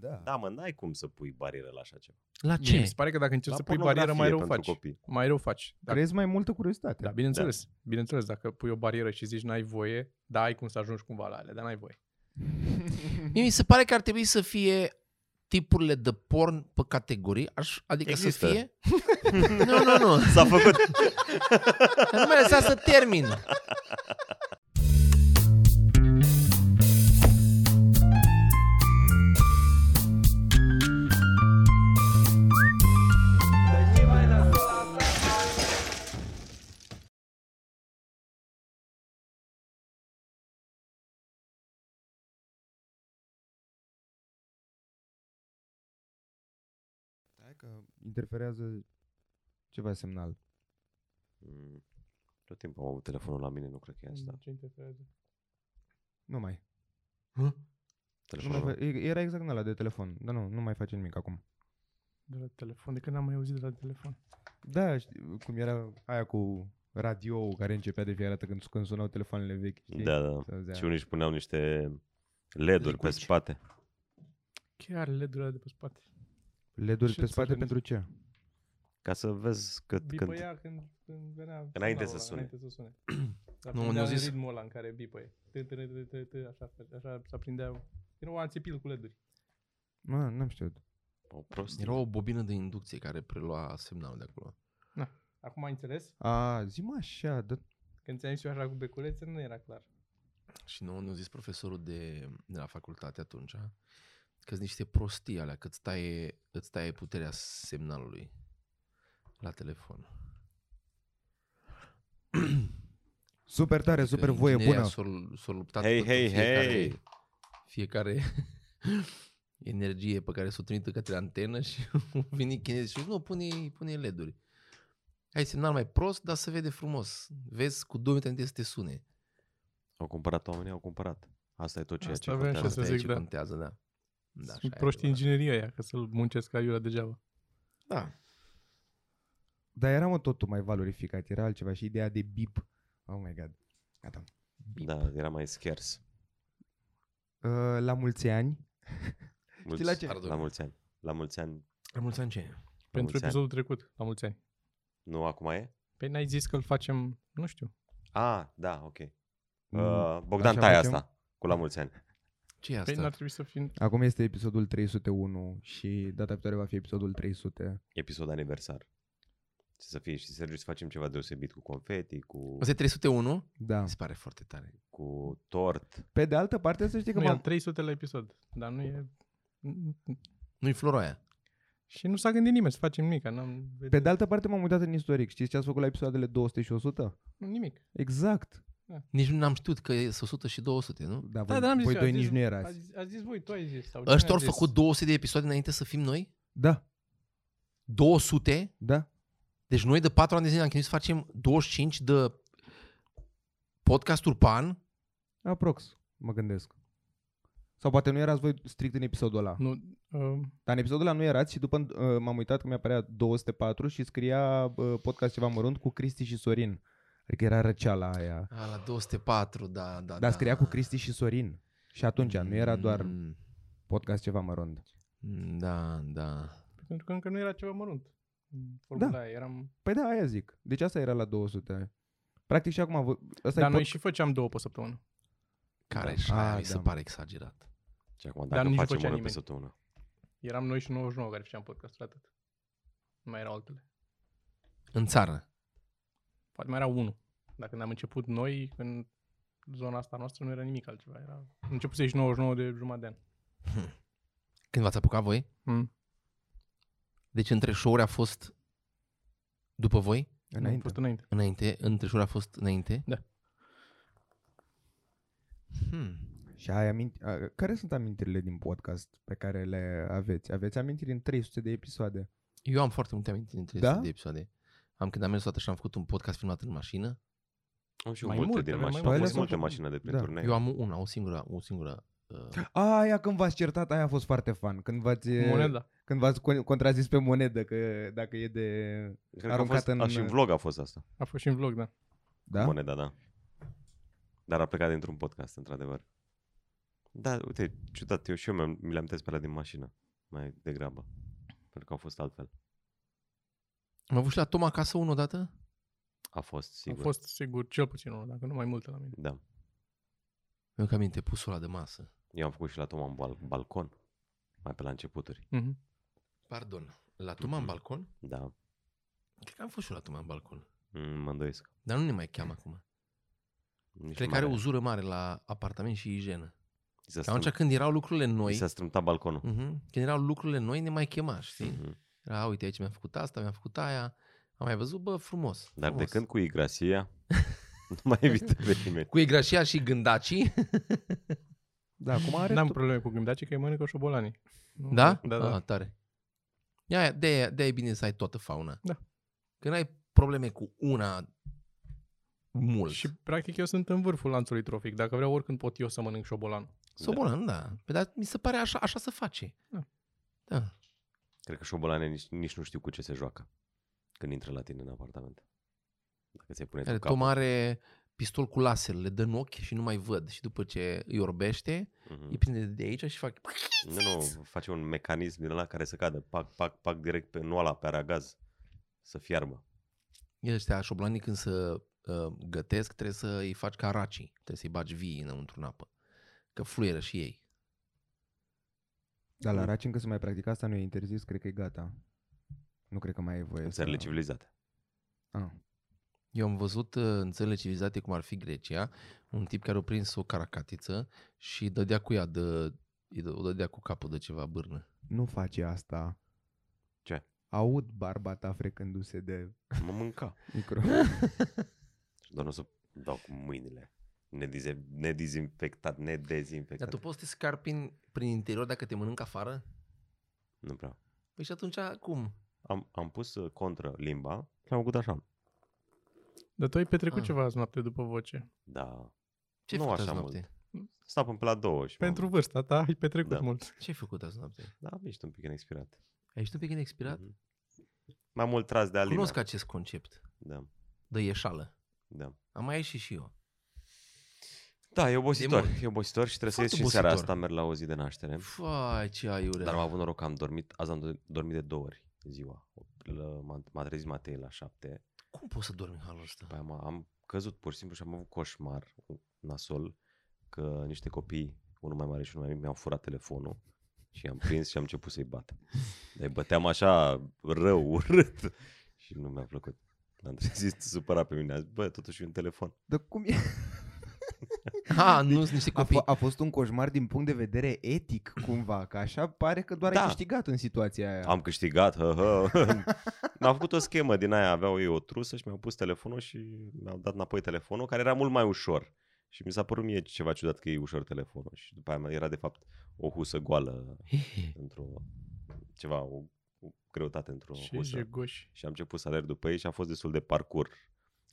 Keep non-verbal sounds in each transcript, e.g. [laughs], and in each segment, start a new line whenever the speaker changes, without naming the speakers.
Da.
Da, mă, n-ai cum să pui barieră la așa ceva.
La
Ce?
ce?
Mi se pare că dacă încerci
La
să pui barieră, mai
pornografie
rău
pentru
faci.
Copii.
Mai rău faci.
da.
Dacă,
Crezi mai multă curiozitate.
da, bineînțeles. Bineînțeles, dacă pui o barieră și zici n-ai voie, da, ai cum să ajungi cumva la ele, dar n-ai voie.
Mie mi se pare că ar trebui să fie tipurile de porn pe categorii, aș, adică
Există.
să fie... nu, nu, nu.
[laughs] S-a făcut.
Nu mai lăsa să termin.
Hai că interferează ceva semnal.
Mm, Tot timpul am avut telefonul la mine, nu cred că e asta.
Ce interferează?
Nu mai. Nu mai
Telefonul.
fa- e- era exact ăla de telefon, dar nu, nu mai face nimic acum.
De la telefon, de când n-am mai auzit de la telefon.
Da, știi, cum era aia cu radio care începea de fiecare dată când, când sunau telefoanele vechi, știi?
Da, da.
Se auzea.
Și unii își puneau niște LED-uri pe
Licuici.
spate.
Chiar LED-urile alea de pe spate.
LED-uri
Ce
pe spate
înțeleg?
pentru ce?
Ca să vezi cât, când...
Bipăia când, când venea
Înainte
semnalul
să
ăla,
sune.
Înainte să
[clears throat]
sune. Dar
Nu,
nu,
ne-au
ne
zis-
zis... ritmul ăla în care bipăie. Tă, tă, tă, tă, tă, Așa, așa s-a prindea. Era un anțipil cu LED-uri.
Nu, n-am știut.
O prostie.
Era o bobină de inducție care prelua semnalul de acolo.
Acum ai înțeles?
A, zi așa, da.
Când ți-am zis eu așa cu beculețe, nu era clar.
Și nouă ne-a zis profesorul de, de la facultate atunci că sunt niște prostii alea, că îți taie, îți taie puterea semnalului la telefon.
Super tare,
Adică
super voie
inginerii
bună.
S-au, s-au luptat
Hei,
pentru
hei,
fiecare,
hei!
fiecare [laughs] energie pe care s-o trimită către antenă și [laughs] au venit chinezii și au zis, nu, pune, pune LED-uri. Ai semnal mai prost, dar se vede frumos. Vezi cu 2 minute înainte să te sune.
Au cumpărat oamenii, au cumpărat. Asta e tot ceea
Asta
ce
aveam
contează.
și să
Asta e
zic,
ce
da.
contează, da.
Da,
așa e
Sunt proști
adevărat.
inginerii ăia, că să-l muncesc aiurea degeaba.
Da.
Dar era mă totul mai valorificat, era altceva și ideea de bip. Oh my god. Gata.
Da, era mai scarce.
Uh, la mulți ani.
Mulți,
la ce?
la mulți ani. La mulți ani.
La mulți ani ce?
La
Pentru
mulți ani.
episodul trecut, la mulți ani.
Nu, acum e?
Păi n-ai zis că îl facem, nu știu. Păi
Ah, da, ok.
Mm.
Uh, Bogdan,
Așa
tai
facem?
asta cu la mulți ani.
ce e
Păi n-ar
asta?
trebui să fim...
Acum este episodul 301 și data viitoare va fi episodul 300.
Episod aniversar. Ce să fie și Sergiu să facem ceva deosebit cu confeti, cu,
Asta e 301?
Da.
Mi se pare foarte tare.
cu tort.
Pe de altă parte să știi că
Nu, e al
m-am...
300 la episod, dar nu e...
Nu-i floroaia.
Și nu s-a gândit nimeni să facem nimic, că n-am...
Pe de altă parte m-am uitat în istoric. Știți ce ați făcut la episoadele 200 și 100?
Nu, Nimic.
Exact.
Nici nu am știut că e 100 și 200, nu?
Da,
Da,
voi,
dar am zis
voi
eu,
doi
a zis-
nici nu
A
erați.
zis, a zis voi, tu ai zis. Sau
Ăștia
cine
au
a zis?
făcut 200 de episoade înainte să fim noi?
Da,
200?
da.
Deci noi de 4 ani de zile am chinuit să facem 25 de podcasturi pe an?
Aprox, mă gândesc. Sau poate nu erați voi strict în episodul ăla.
Nu, uh,
Dar în episodul ăla nu erați și după uh, m-am uitat că mi-apărea 204 și scria uh, podcast ceva mărunt cu Cristi și Sorin. Adică era răceala aia.
A, la 204, da, da,
Dar scria cu Cristi și Sorin. Și atunci nu era doar
Mm,
podcast ceva mărunt.
Da, da.
pentru că încă nu era ceva mărunt. în Formula da. aia, eram...
Păi da, aia zic. Deci asta era la 200. Practic și acum... vă- Ăsta
Dar
e
noi
pod-
și făceam două pe săptămână.
Care și aia
Ah,
mi se
da.
pare exagerat.
Și acum
Dar
dacă
nici nu
facem
făcea
un
nimeni.
episod una.
Eram noi și 99 care făceam podcastul atât. Nu mai erau altele.
În țară.
Poate mai era unul. Dacă ne-am început noi, în zona asta noastră, nu era nimic altceva. Era... Începuse și 99 de jumătate de an.
Când v-ați apucat voi?
Mm.
Deci între show-uri a fost după voi?
Înainte.
Înainte.
Fost înainte.
Înainte? Între show-uri a fost înainte?
Da.
Hmm.
Și ai aminti... a, Care sunt amintirile din podcast pe care le aveți? Aveți amintiri în 300 de episoade.
Eu am foarte multe amintiri dintre
Da?
da? de episoade. Am când am mers odată și am făcut un podcast filmat în mașină.
Am și eu
Mai
multe
multe,
din Păi
avem mai
multe.
mașină. Am fost
Ele
multe
sunt-
mașină de prin
da.
turnee.
Eu am una, o singură, o singură uh,
A, aia când v-ați certat, aia a fost foarte fan. Când v-ați... eh,
Moneda.
Când v-ați con- contrazis pe monedă, că dacă e de...
Cred că a
aruncat
fost,
în-
a, și în vlog a fost asta.
A fost și în vlog, da.
Da?
Moneda, da. Dar a plecat dintr-un podcast, într-adevăr. Da, uite, ciudat, eu și eu mi-am- mi le-am tăiat pe la din mașină, mai degrabă. Pentru că au fost altfel.
Am avut și la Tom acasă unul odată?
A fost, sigur.
Sigur. A fost sigur cel puțin unul, dacă nu mai multe la mine.
Da.
Mi-am că aminte, pusul ăla de masă.
Eu am făcut și la Toma în bal- balcon, mai pe la începuturi.
Mm-hmm.
Pardon, la Toma în
Mhm.
balcon?
Da,
Cred că am fost și eu la Toma în balcon.
mm, mă îndoiesc.
Dar nu ne mai cheamă acum.
Nici
Cred
nu
că are
mai-
uzură mare la apartament și igienă.
I s-a
Că atunci
strâmt-
când erau lucrurile
i
noi,
s-a strâmtat balconul.
mhm, când erau lucrurile noi, ne mai chema, știi?
Mhm.
Era, uite, aici mi-am făcut asta, mi-am făcut aia, am mai văzut, bă, frumos.
Dar de
frumos.
când cu Igrasia, nu mai evită pe nimeni.
Cu egrașia și gândacii,
Da, acum are...
N-am
tot-
probleme cu gândaci că îi mănâncă șobolanii. Nu?
da?
Da, da.
Ah, tare. De-aia, de-aia, de-aia e bine să ai toată fauna.
Da.
Că n-ai probleme cu una mult.
Și practic eu sunt în vârful lanțului trofic. Dacă vreau oricând pot eu să mănânc șobolan.
Sobolan, da. da. Păi, dar mi se pare așa, așa se face.
Da.
da.
Cred că șobolane nici, nici nu știu cu ce se joacă când intră la tine în apartament. Dacă ți-ai pune
Care
tu capul.
Tom are pistol cu laser, le dă în ochi și nu mai văd. Și după ce îi orbește,
Mhm.
Mm.
îi prinde de aici și fac... [sniffs]
Nu, nu, face un mecanism din ăla care să cadă, pac, pac, pac, direct pe noala, pe aragaz, să fiarbă.
El ăștia șoblanii când să uh, gătesc, trebuie să îi faci ca racii. Trebuie să-i bagi vii înăuntru în apă. Că fluieră și ei.
Dar Da, la raci încă se mai practica asta, nu e interzis, cred că e gata. Nu cred că mai e voie.
În
să-
țările civilizate.
Ah.
Eu am văzut uh, în țările civilizate, cum ar fi Grecia, un tip care a prins o caracatiță și dădea cu ea, de, îi dă- o dădea cu capul de ceva bârnă.
Nu face asta.
Ce?
Aud barba ta frecându-se de
Mă mânca.
micro.
[laughs] Și doar nu o să dau cu mâinile. Nedize- Nedezinfectat,
Dar
nedezinfectat.
tu poți să te scarpi prin, prin interior dacă te mănâncă afară?
Nu prea.
Păi și atunci cum?
Am, am pus uh, contră limba și am făcut așa.
Dar tu ai petrecut
Ah.
ah. ceva azi noapte după voce.
Da.
Ce
Nu
ai făcut
așa
azi
mult.
noapte?
Stau până pe la două și
Pentru
M-am...
vârsta ta ai petrecut
Da.
da. mult.
Ce ai făcut azi noapte?
Da, am ieșit un pic inexpirat.
Ai ieșit un pic inexpirat?
Mhm. Mai mult tras de Alina.
Da. Cunosc acest concept
Da,
de ieșală.
da.
Am mai ieșit și eu.
Da, e obositor.
De
E obositor și trebuie să
Foarte
ies și în seara
obositor.
asta. Merg la o zi de naștere.
Fai, ce aiure.
Dar am avut noroc că am dormit. Azi am do- dormit de două ori ziua. O- la- M-a m-a trezit Matei la șapte.
Cum poți să dormi în halul ăsta?
Păi am, am căzut pur și simplu și am avut coșmar nasol că niște copii, unul mai mare și unul mai mic, mi-au furat telefonul și am prins și am început să-i bat. Dar îi băteam așa rău, [laughs] urât și nu mi-a plăcut. [laughs] Am trezit supărat pe mine. Am zis, bă, totuși e un telefon.
[laughs] Dar cum e?
[laughs] Ha, nu sunt niște
A,
copii.
f- a fost un coșmar din punct de vedere etic, cumva, că așa pare că doar
Da.
ai câștigat în situația aia.
Am câștigat, hă, hă. [laughs] Mi-a făcut o schemă din aia, aveau ei o trusă și mi-au pus telefonul și mi-au dat înapoi telefonul, care era mult mai ușor. Și mi s-a părut mie ceva ciudat că e ușor telefonul. Și după aia era de fapt o husă goală într-o, ceva, o, o greutate într-o
Ce
husă.
jegoși.
Și am început să alerg după ei și a fost destul de parcur.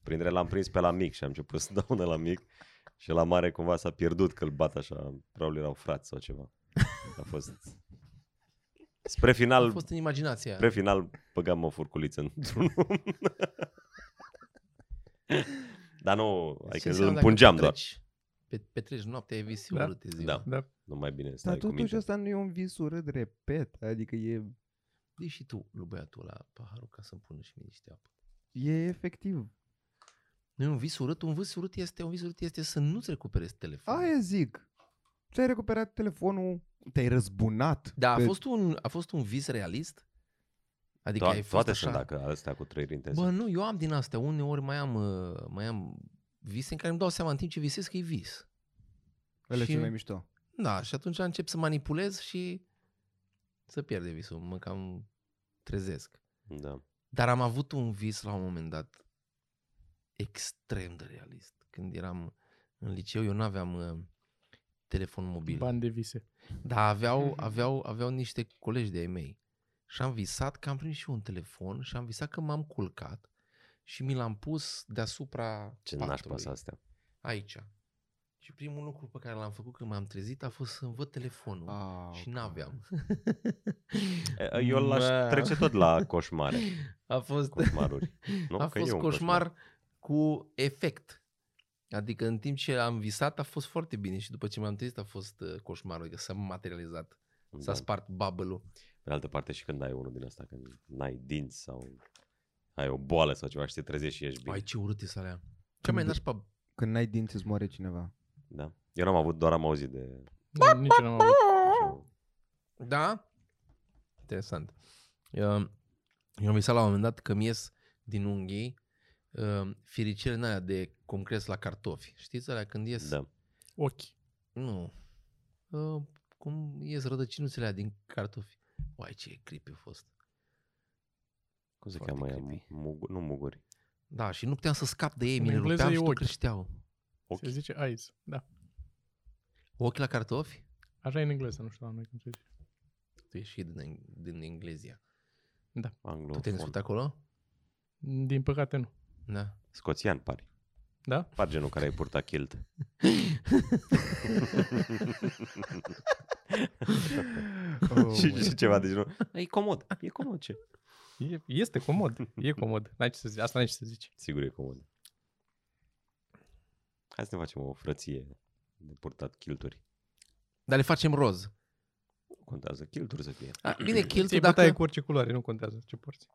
Prindere l-am prins pe la mic și am început să [laughs] dau de la mic. Și la mare cumva s-a pierdut că îl bat așa, probabil erau frați sau ceva. A fost...
[laughs]
Spre
A
final
fost în imaginația.
Spre final băgam o furculiță într-un om. [laughs] Dar nu,
Ce
adică
înseamnă
îl
dacă
pungeam doar.
petreci- Pe, petreci noaptea, ai vise
Da.
urâte ziua.
Da.
Da.
Nu mai bine
Dar
stai cu
totuși
minte.
asta nu e un vis urât, repet, adică e,
Dă Păi și tu, lui băiatul la paharul ca să-mi pună și mie niște apă.
e efectiv.
Nu e un vis urât, un vis urât este, un vis urât este să nu-ți recuperezi telefonul.
Aia zic. Ți-ai recuperat telefonul, te-ai răzbunat.
Da,
Dar a
pe-
fost, un, a fost un vis realist? Adică
To-
ai fost
toate
așa...
sunt dacă astea cu trei intense.
Bă, nu, eu am din astea. Uneori mai am, uh, mai am vise în care îmi dau seama în timp ce visez că e vis.
Ăla e
și-
cel mai mișto.
Da, și atunci încep să manipulez și să pierde visul. Mă cam trezesc.
Da.
Dar am avut un vis la un moment dat extrem de realist. Când eram în liceu, eu nu aveam uh, telefon mobil.
Bani de vise.
Dar aveau, aveau, aveau niște colegi de-ai mei. Și am visat că am primit și eu un telefon și am visat că m-am culcat și mi l-am pus deasupra
Ce
patului,
n-aș pasa astea.
aici. Și primul lucru pe care l-am făcut când m-am trezit a fost să-mi văd telefonul. A,
Ah,
și
ok.
n-aveam.
E, Eu l-aș
Mă.
trece tot la
[laughs]
coșmare.
A fost,
Coșmaruri. Nu?
a
Că e
fost
un
coșmar cu efect. Adică în timp ce am visat a fost foarte bine și după ce m-am trezit a fost uh, coșmarul, adică s-a materializat, s-a
Da.
spart bubble
Pe de altă parte și când ai unul din asta, când n-ai dinți sau ai o boală sau ceva și te trezești și ești bine.
Ai ce urât e sarea. Cea
Când-
mai nașpa
Când n-ai dinți îți moare
[laughs]
cineva.
Da? Eu n-am avut, doar am auzit de...
Nu, nici eu n-am avut.
așa-
Da? Interesant. Eu, eu am visat la un moment dat că mi ies din unghii uh, firicele în alea de concres la cartofi. Știți alea când ies?
Da.
Ochi.
Nu. Uh, cum ies rădăcinuțele alea din cartofi. Uai, ce creepy a fost.
Cum se
Foarte
cheamă ea?
creepy.
Mugu- nu muguri.
Da, și nu puteam să scap de ei,
În
mi le
engleză
rupeam
e
și tot
ochi.
creșteau.
Ochi.
Se zice eyes. Da.
Ochi la cartofi?
Așa e în engleză, nu știu la noi cum se zice.
Tu ești și din, din Englezia. Tu te-ai
Anglofon.
născut acolo?
Din păcate nu.
Da.
Scoțian pari.
Da?
Par genul care ai purtat
[laughs]
kilt. [laughs]
Oh,
și, și ceva de genul.
Oh,
E comod. E comod ce?
E, este comod. E comod. N-ai ce să zici. Asta n-ai ce să zici.
Sigur e comod. Hai să ne facem o frăție de purtat kilturi.
Dar le facem roz.
Nu contează, kilturi să fie.
A, bine,
Ți-ai
kiltul
dacă...
dacă,
cu orice culoare, nu contează ce porți.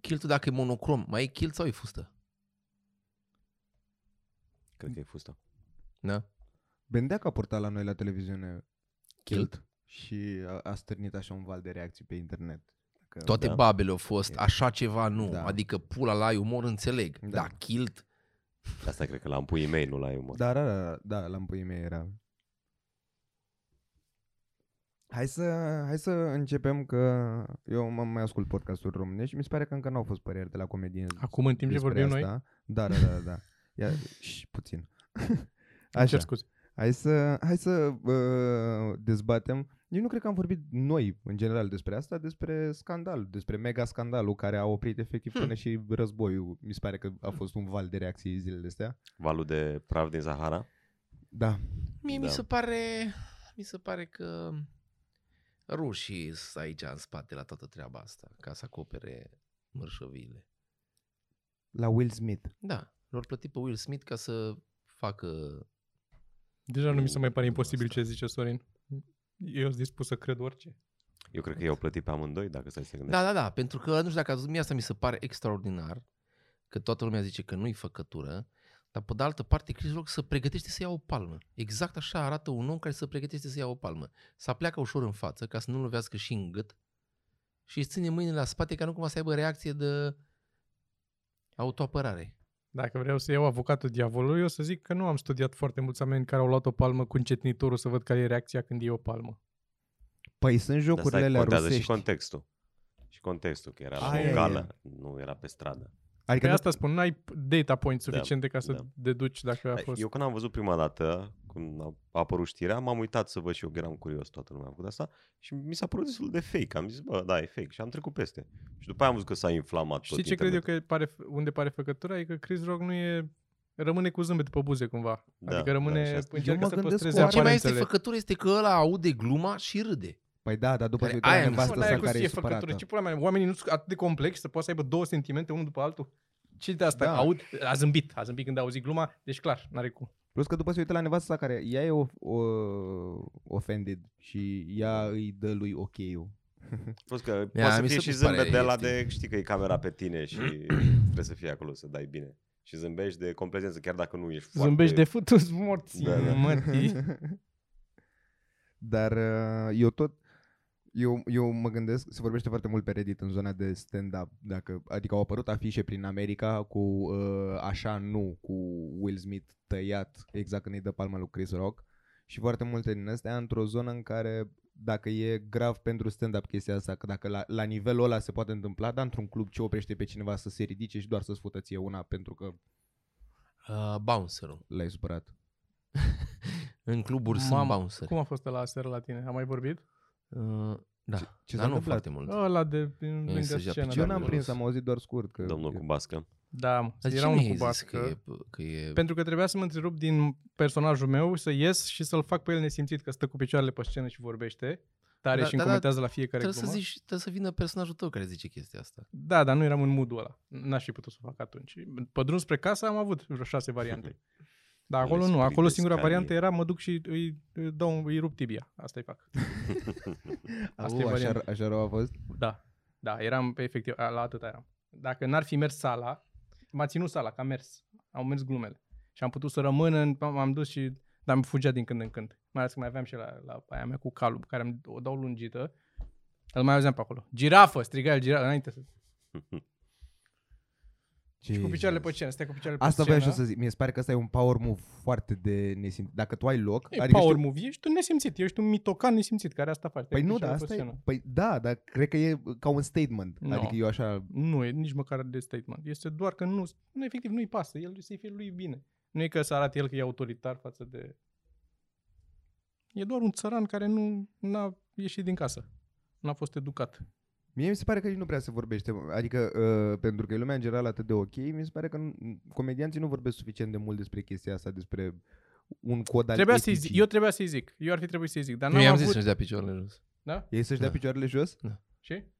kiltul dacă e monocrom, mai e kilt sau e fustă?
Cred că e fusta.
Da.
Bendea a purtat la noi la televiziune
Kilt?
și a, a stârnit așa un val de reacții pe internet. Că,
Toate
Da.
da. babele au fost,
E-
așa ceva nu.
Da.
Da. Adică pula la umor înțeleg,
Da.
da. dar kilt,
De Asta cred că l-am pui mail, nu l-ai umor.
Da, da, da, da, da, la împuii mei era. Hai să, hai să începem că eu mă mai ascult podcasturi românești și mi se pare că încă n-au fost păreri de la comedie.
Acum, în timp ce
despre
vorbim noi,
asta. Da, da, da, da, da.
[laughs]
Ia, și puțin.
îmi cer
Așa.
scuze.
Hai să, hai să uh, dezbatem. Eu nu cred că am vorbit noi, în general, despre asta, despre scandal, despre mega scandalul care a oprit efectiv
Hmm.
până și războiul. Mi se pare că a fost un val de reacții zilele astea.
Valul de praf din Zahara.
Da.
mie
Da.
mi se pare, mi se pare că rușii sunt aici în spate la toată treaba asta, ca să acopere mărșăviile.
La Will Smith.
Da, lor plăti pe Will Smith ca să facă...
Deja nu mi se mai pare
Nu,
imposibil
asta.
ce zice Sorin. Eu sunt dispus să cred orice.
Eu cred că i-au plătit pe amândoi, dacă stai să te gândești.
Da, da, da, pentru că, nu știu dacă ați văzut, mie asta mi se pare extraordinar, că toată lumea zice că nu-i făcătură, dar pe de altă parte Chris Rock se pregătește să ia o palmă. Exact așa arată un om care se pregătește să ia o palmă. Să pleacă ușor în față ca să nu lovească și în gât și îți ține mâinile la spate ca nu cumva să aibă reacție de autoapărare.
Dacă vreau să iau avocatul diavolului, eu să zic că nu am studiat foarte mulți oameni care au luat o palmă cu încetnitorul să văd care e reacția când e o palmă.
Păi sunt
Dar stai,
jocurile alea
contează
rusești.
și contextul. Și contextul, că era la
Aia
o
e.
gală, nu era pe stradă.
adică
Pe
nu-
Păi asta spun, n-ai data point suficiente ca să
da.
deduci dacă a
Dar
fost.
Eu când am văzut prima dată, când a a apărut știrea, m-am uitat să văd și eu, că eram curios, toată lumea a făcut asta și mi s-a părut destul de fake. Am zis, bă, da, e fake și am trecut peste. Și după aia am văzut că s-a inflamat
Știi
tot
ce cred eu
internetul.
că pare, unde pare făcătura? E că Chris Rock nu e... Rămâne cu zâmbet pe buze cumva.
Da,
adică
da, și
rămâne...
asta-
Eu
încearcă
mă
să
gândesc
păstreze
cu
Ce mai este
aparențele.
făcătură este că ăla aude gluma și râde.
Păi da, dar după
Care
se uită la
aia mi se
nevastă
Asta
sa
aia cu
care e
e făcătură.
supărată.
Ce pula mea, oamenii nu sunt atât de complexi să poată să aibă două sentimente unul după altul. Ce de asta?
Da.
Da. Aud, a zâmbit, a zâmbit când a auzit gluma, deci clar, n-are cum.
Plus că după se uită la nevastă sa care ea e o, o, offended și ea îi dă lui ok-ul.
Plus că poate
mi
să fie
se
și
pus pare
zâmbet de la
ieftin.
de, știi că e camera pe tine și
[clears throat]
trebuie să fii acolo să dai bine. Și zâmbești de complezență, chiar dacă nu ești foarte...
Zâmbești de futus morții,
Da,
da,
da.
da.
[laughs]
mătii.
Dar uh, eu tot eu, eu mă gândesc, se vorbește foarte mult pe Reddit în zona de stand-up, dacă, adică au apărut afișe prin America cu uh, așa nu, cu Will Smith tăiat exact când îi dă palma lui Chris Rock și foarte multe din astea într-o zonă în care dacă e grav pentru stand-up chestia asta, că dacă la, la nivelul ăla se poate întâmpla, dar într-un club ce oprește pe cineva să se ridice și doar să-ți fută ție una pentru că
Uh, bouncerul.
l-ai supărat.
În cluburi sunt
Mamă,
bouncer.
[laughs] Cum a fost la seară la tine? Am mai vorbit?
Uh, da, ce, Ah,
ce s-a
dar nu
întâmplat?
foarte mult.
Ăla de din
Însă
lângă
și-a
scenă.
picat
Eu
da.
n-am
miros.
prins, am auzit doar scurt. Că
Domnul cu bască.
Da, mă.
Dar de
era
ce
unul
mi-ai
cu
zis
bască.
Că e, că e...
Pentru că trebuia să mă întrerup din personajul meu, să ies și să-l fac pe el nesimțit, că stă cu picioarele pe scenă și vorbește tare
Da,
și îmi
da, da,
comentează la fiecare
Trebuie să,
glumă.
zici, trebuie să vină personajul tău care zice chestia asta.
Da, dar nu
[laughs]
eram în moodul ăla. N-aș fi putut să o fac atunci. Pe drum spre casă am avut vreo șase variante. Dar
Le
acolo nu, acolo
sprindezi
singura
ca
variantă
ei.
era mă duc și îi, îi dau, îi rup tibia. Asta-i fac. Asta e
Au, așa,
varianta.
așa rău a fost?
Da, da, eram pe efectiv, a- la atât eram. Dacă n-ar fi mers sala, m-a ținut sala, că am mers. Au mers glumele. Și am putut să rămân, în, m-am dus și... Dar mi fugea din când în când. Mai ales că mai aveam și la, la aia mea cu calul, pe care îmi- o dau lungită. Îl mai auzeam pe acolo. Girafă, striga el, girafă, înainte să... Și cu picioarele pe scenă, stai cu picioarele pe
Asta
scenă.
vreau și eu să zic. Mi se pare că asta e un power move foarte de nesim. Dacă tu ai loc...
E adică power
știu-
move, ești un nesimțit, ești un mitocan nesimțit care asta face.
Păi
Te
nu,
duci
dar
la pe
asta e...
scenă.
Păi da, dar cred că e ca un statement.
Nu.
Adică eu așa...
Nu e nici măcar de statement. Este doar că nu, nu efectiv, nu-i pasă. El să-i fie lui bine. Nu e că să arate el că e autoritar față de... E doar un țăran care nu n-a ieșit din casă. N-a fost educat.
Mie mi se pare că nici nu prea se vorbește. Adică, uh, pentru că e lumea în general atât de ok, mi se pare că nu- comedianții nu vorbesc suficient de mult despre chestia asta, despre un cod al
Trebuia să-i
eticii.
zic, eu trebuia să-i zic. Eu ar fi trebuit să-i zic. Dar
Nu
n-am
i-am
avut...
zis să-și dea picioarele jos.
Da?
Ei să-și dea
Da.
picioarele jos?
Și?
Adică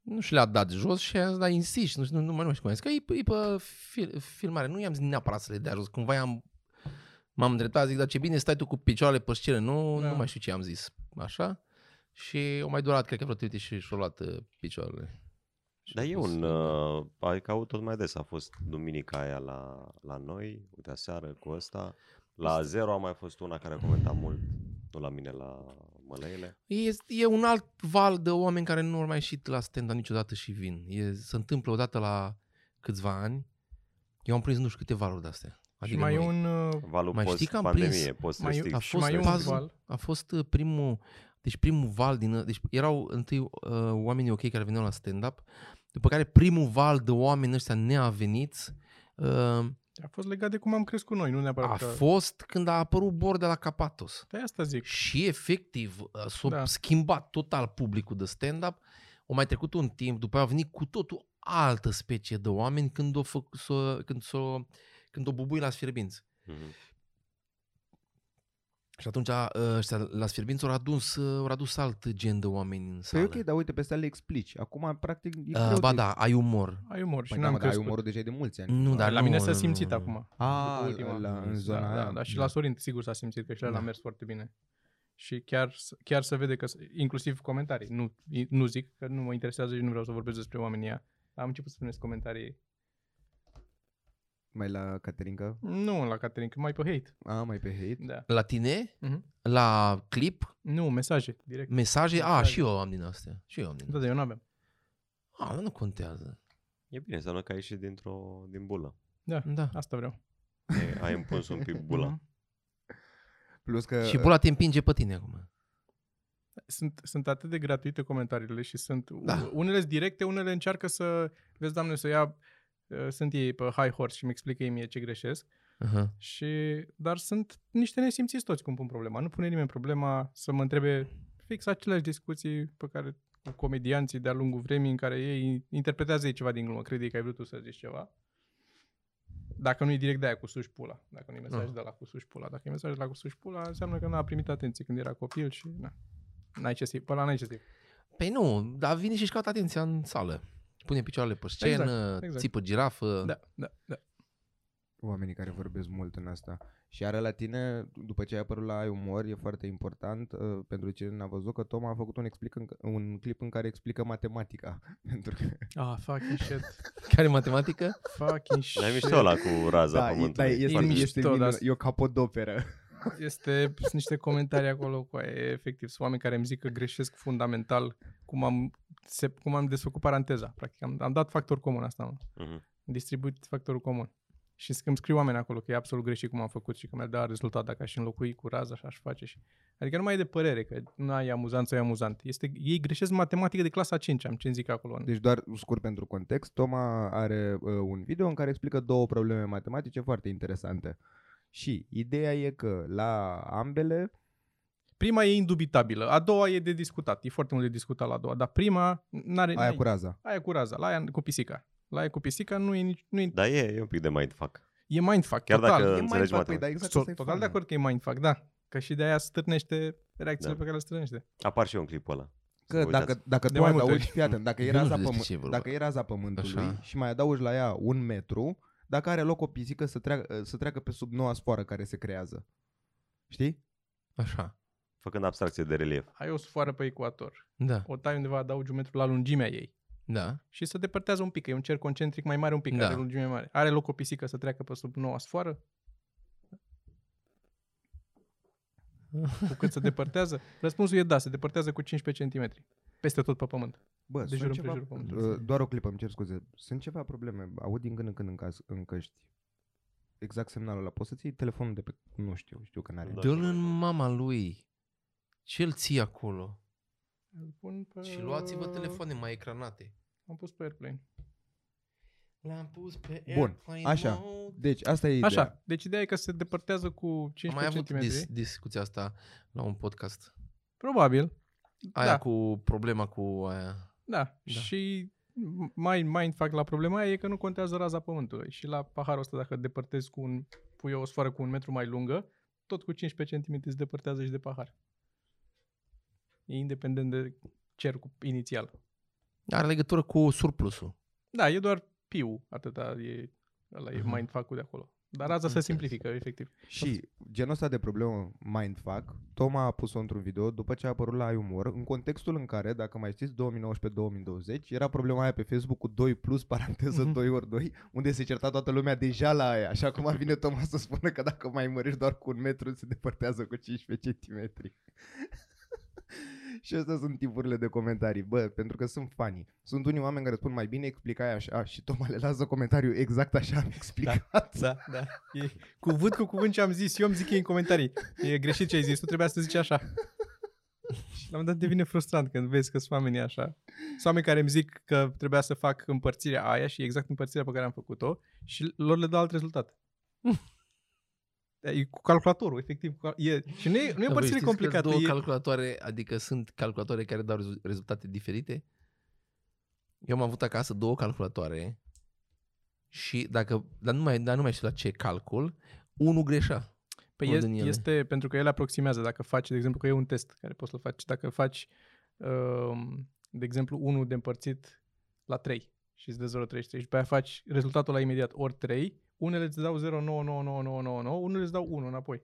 Nu și le-a dat jos și a zis, dar insist, nu, știu, nu, nu, mai- nu mai știu cum ai zis, că e, e pe fil, filmare. Nu i-am zis neapărat să le dea jos, cumva am, m-am îndreptat, zic, dar ce bine stai tu cu picioarele pe scenă, nu,
Da.
nu mai știu ce am zis, așa. Și au mai durat, cred că vreo 3 minute și și-au luat uh, picioarele.
[laughs]
Și
Dar
au
e
pus,
un...
uh,
Uh, adică au tot mai des. A fost duminica aia la, la noi, uite, aseară cu ăsta. La zero a mai fost una care a comentat mult. Nu la mine, la mălăile.
E, e un alt val de oameni care nu au mai ieșit la stand niciodată și vin. E, se întâmplă odată la câțiva ani. Eu am prins nu știu câte valuri de-astea. Adică
și mai e
noi.
un... uh,
Valul
Mai știi că am
post-pandemie,
prins-
Mai,
post-restrict.
A
și
fost
mai e un
bază.
val.
A fost uh, primul, deci primul val din, deci erau întâi uh, oamenii ok care veneau la stand-up, după care primul val de oameni ăștia neaveniți uh,
A fost legat de cum am crescut noi, nu neapărat
a
că...
fost când a apărut Bordea la Capatos.
De asta zic.
Și efectiv uh, s-a
Da.
da. schimbat total publicul de stand-up, o mai trecut un timp, după aia a venit cu totul altă specie de oameni când o, fă, s-o, când s-o, când o bubui la sfierbinți.
Mhm.
Și atunci uh, ăștia, la sfierbinți au adus, uh, au adus alt gen de oameni în
Păi
sală.
ok, dar uite, pe asta le explici. Acum, practic, e
Uh,
greu
ba
de-
da, ai umor.
Ai umor și
Păi da,
n-am
mă, dar ai
crescut.
umorul deja de mulți ani.
Nu, dar
Ah, la
nu, uh,
mine
nu,
s-a
nu,
simțit
nu, nu.
acum.
A,
după ultima.
la, în
da,
zona aia.
da, da, și la Sorin sigur s-a simțit că și la el a
Da.
mers foarte bine. Și chiar, s- chiar să vede că, s- inclusiv comentarii, nu, i- nu zic că nu mă interesează și nu vreau să vorbesc despre oamenii ăia. Am început să primesc comentarii,
Mai la Caterinca?
nu la Caterin, că mai pe hate.
A, mai pe hate?
Da.
La tine,
Mhm.
la clip,
Nu, mesaje, direct.
mesaje, a,
Mesaje.
și eu am din astea. Și eu am din
Da, dar eu n-aveam.
astea. A, dar nu contează.
E bine, înseamnă că ai ieșit dintr-o, din bulă.
Da.
Asta vreau.
Ai- Ai împuns un
[laughs]
pic bula.
Mhm.
Plus că...
Și bula te împinge pe tine acum.
Sunt, sunt atât de gratuite comentariile și sunt da.
Da.
unele sunt directe, unele încearcă să, vezi, doamne, să ia, uh, sunt ei pe high horse și mi explică ei mie ce greșesc.
Uh-huh.
Și, dar sunt niște nesimțiți toți cum pun problema. Nu pune nimeni problema să mă întrebe fix aceleași discuții pe care cu comedianții de-a lungul vremii în care ei interpretează ei ceva din glumă. Crede ei că ai vrut tu să zici ceva. Dacă nu e direct de aia cu suși pula. Dacă nu e mesaj
Ah.
de la cu suși pula. Dacă e mesaj de la cu suși pula, înseamnă că n-a primit atenție când era copil și na. N-ai ce să-i, pe la n-ai ce să-i.
Păi nu, dar vine și-și caută atenția în sală. Pune picioarele pe scenă, exact,
exact.
exact. țipă girafă.
Da, da, da.
oamenii care vorbesc mult în asta. Și are la tine, după ce ai apărut la Ai Umor, e foarte important, uh, pentru cine n-a văzut, că Toma a făcut un, explic în, un clip în care explică matematica. [laughs] pentru că,
Ah, fucking shit.
[laughs]
Care matematică?
Fucking shit.
Dar e mișto ăla cu raza
da, e, da,
pământului.
este,
Foarte
mișto,
este,
dar-
minunat, e o capodoperă.
este, sunt niște comentarii acolo cu aia, e efectiv, sunt oameni care îmi zic că greșesc fundamental cum am, se, cum am desfăcut paranteza, practic. Am, am dat factor comun asta, am
Mhm.
distribuit factorul comun. Și când îmi scriu oameni acolo că e absolut greșit cum am făcut și că mi-ar da rezultat dacă aș înlocui cu raza și aș face. Și... Adică nu mai e de părere că nu e amuzant sau e amuzant. Este, ei greșesc matematică de clasa 5 am ce zic acolo. Deci,
Deci doar scurt pentru context, Toma are uh, un video în care explică două probleme matematice foarte interesante. Și ideea e că la ambele,
Păi prima e indubitabilă, a doua e de discutat, e foarte mult de discutat la a doua, dar prima n-are,
aia cu raza.
aia cu raza, la aia cu pisica. La aia cu pisica nu e, nici, nu e
Da, e, e un pic de mindfuck.
E mindfuck,
Chiar
total.
dacă
E
înțelegi
mindfuck, păi,
matematica.
da, exact
So-
asta e
total de
faina.
acord că e mindfuck, da. Că și de aia stârnește reacțiile
Da.
pe care le stârnește.
Apar și eu în clipul ăla. Să
Că
vă
dacă,
uitați.
dacă
De
tu
mai multe
adaugi, fii atent, dacă e
Eu nu
raza,
știu despre
pământ,
ce e vorba.
dacă e raza pământului
Așa.
și mai adaugi la ea un metru, dacă are loc o pisică să treacă, ă, să treacă pe sub noua sfoară care se creează. Știi?
Așa.
Făcând abstracție de relief.
Ai o sfoară pe ecuator,
Da.
o tai undeva, adaugi un metru la lungimea ei
Da.
și se depărtează un pic, e un cer concentric mai mare un pic,
Da.
da. are lungime mai mare. Are loc o pisică să treacă pe sub noua sfoară? Cu cât se depărtează? Răspunsul e da, se depărtează cu 15 cm. Peste tot pe pământ.
Bă,
De
sunt
jur
ceva,
împrejur, pământ.
uh, doar o clipă, îmi cer scuze. Sunt ceva probleme. Aud din când în când în, caz, în căști. Exact semnalul ăla. Poți să-ți iei telefonul de pe... Nu știu, știu că n-are.
Da.
Dă-l în mama lui. Ce-l ții acolo?
Îl Pun pe...
Și
Mm.
luați-vă telefoane mai ecranate.
Am pus pe airplane.
L-am pus pe
Bun,
airplane
așa.
mode.
Deci, asta e ideea.
Așa, deci ideea e că se depărtează cu
Am mai
15
avut
cm.
dis- discuția asta la un podcast.
Probabil.
Aia
da,
cu problema cu aia.
da.
Da.
Și mai mind fac la problema aia e că nu contează raza pământului. Și la paharul ăsta, dacă depărtezi cu un, pui o sfoară cu un metru mai lungă, tot cu 15 cm se depărtează și de pahar. E independent de cercul inițial.
Are legătură cu surplusul.
Da, e doar piu, atâta e, ăla e
Mhm.
mindfuck-ul de acolo. Dar asta se
Înțeles.
simplifică, efectiv.
Și genul ăsta de problemă mindfuck, Toma a pus-o într-un video după ce a apărut la iUmor, în contextul în care, dacă mai știți, 2019-2020, era problema aia pe Facebook cu 2 plus [laughs] paranteză
Mhm.
2 ori 2, unde se certa toată lumea deja la aia. Și acum vine Toma să spună că dacă mai mărești doar cu un metru, se depărtează cu 15 cm. [laughs] și astea sunt tipurile de comentarii, bă, pentru că sunt funny. Sunt unii oameni care spun mai bine explicai așa și Toma le lasă comentariu exact așa am explicat.
Da, da. E cuvânt cu cuvânt ce am zis, eu îmi zic ei în comentarii. E greșit ce ai zis, tu trebuia să zici așa. Și la un moment dat devine frustrant când vezi că sunt oamenii așa. Sunt oameni care îmi zic că trebuia să fac împărțirea aia și exact împărțirea pe care am făcut-o și lor le dau alt
[laughs]
rezultat. Da, E cu calculatorul, efectiv. cu cal- E, și nu e, nu e
Dar voi
împărțire
știți că sunt
complicată.
Două
E,
calculatoare, adică sunt calculatoare care dau rezu- rezultate diferite. Eu am avut acasă două calculatoare și dacă, dar nu mai, dar nu mai știu la ce calcul, unul greșea.
Păi
Unul din
este,
ele.
este pentru că ele aproximează. Dacă faci, de exemplu, că e un test care poți să-l faci. Dacă faci, um, de exemplu, 1 de împărțit la 3 și îți dă 0,33 și după aia faci rezultatul la imediat ori 3, unele îți dau 0,99999, unele îți dau 1 înapoi.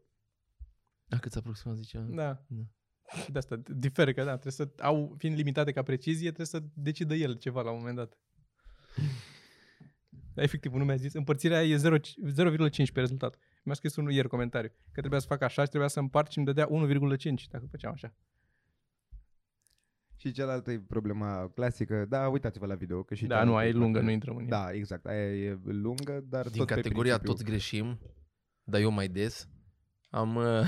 Da, cât aproximat zicea?
Da.
Da.
Și de asta diferă că da, trebuie să au, fiind limitate ca precizie, trebuie să decidă el ceva la un moment dat. Da, efectiv, unul mi-a zis, împărțirea e 0,5 0,5 pe rezultat. Mi-a scris unul ieri comentariu că trebuia să fac așa și trebuia să împart și îmi dădea 1,5 dacă făceam așa.
Și cealaltă e problema clasică, da, uitați-vă la video, că și
da,
cealaltă
nu, aia e lungă,
foarte-
nu intrăm în ea.
Da, exact, aia e lungă, dar
Din
tot pe
categoria toți
principiu.
greșim, dar eu mai des, am, [laughs] uh,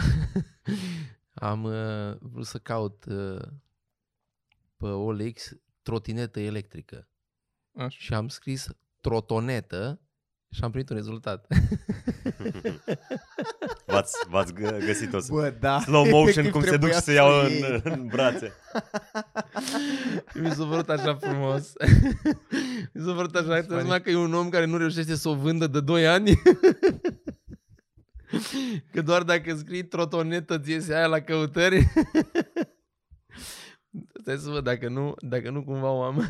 am uh, vrut să caut uh, pe OLX trotinetă electrică
Așa.
și am scris trotonetă și am primit un rezultat.
V-ați, v-ați gă- găsit o să...
Bă, da, [laughs]
Slow motion,
efectiv
cum se duc
trebuia
și se iau
iei.
în, uh, în brațe.
Mi s-a părut așa
[laughs]
frumos. Mi s-a părut așa. Îți
Funny.
seama că e un om care nu reușește să o vândă de 2 ani. [laughs] Că doar dacă scrii trotonetă ți iese aia la căutări. [laughs] Stai să văd dacă nu, dacă nu cumva o am.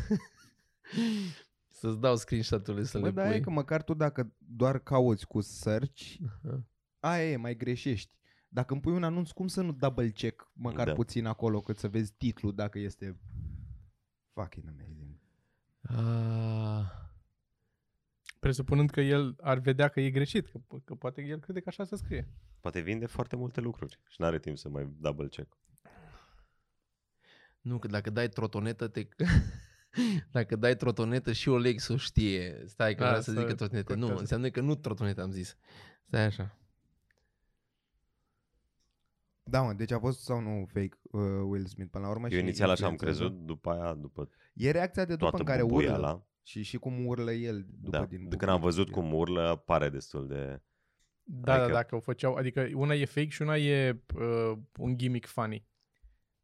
[laughs] Să-ți dau screenshot-urile să
Bă,
le
da, e
pui.
că măcar tu dacă doar cauți cu search,
Aha.
aia e, mai greșești. Dacă îmi pui un anunț, cum să nu double check măcar
Da.
puțin acolo, cât să vezi titlul dacă este fucking amazing.
Ah,
Presupunând că el ar vedea că e greșit, că, că poate el crede că așa se scrie.
Poate vinde foarte multe lucruri și n-are timp să mai double check.
Păi
Nu, că dacă dai trotonetă te... [laughs] Dacă dai trotonetă și Olex o știe. Stai că
Da,
vreau să
să
zic că trotonetă. Nu,
contează.
înseamnă că nu trotonetă am zis. Stai așa.
Da, mă, deci a fost sau nu fake uh, Will Smith până la urmă?
Eu
și
inițial așa am
influențează.
crezut, după aia, după
E reacția de după
toată
în care
bubuiala,
urlă și, și cum urlă el după
da,
din
de când
bucurie.
am văzut cum urlă, pare destul de... Adică-
Da, adică... da, dacă o făceau. Adică una e fake și una e uh, un gimmick funny.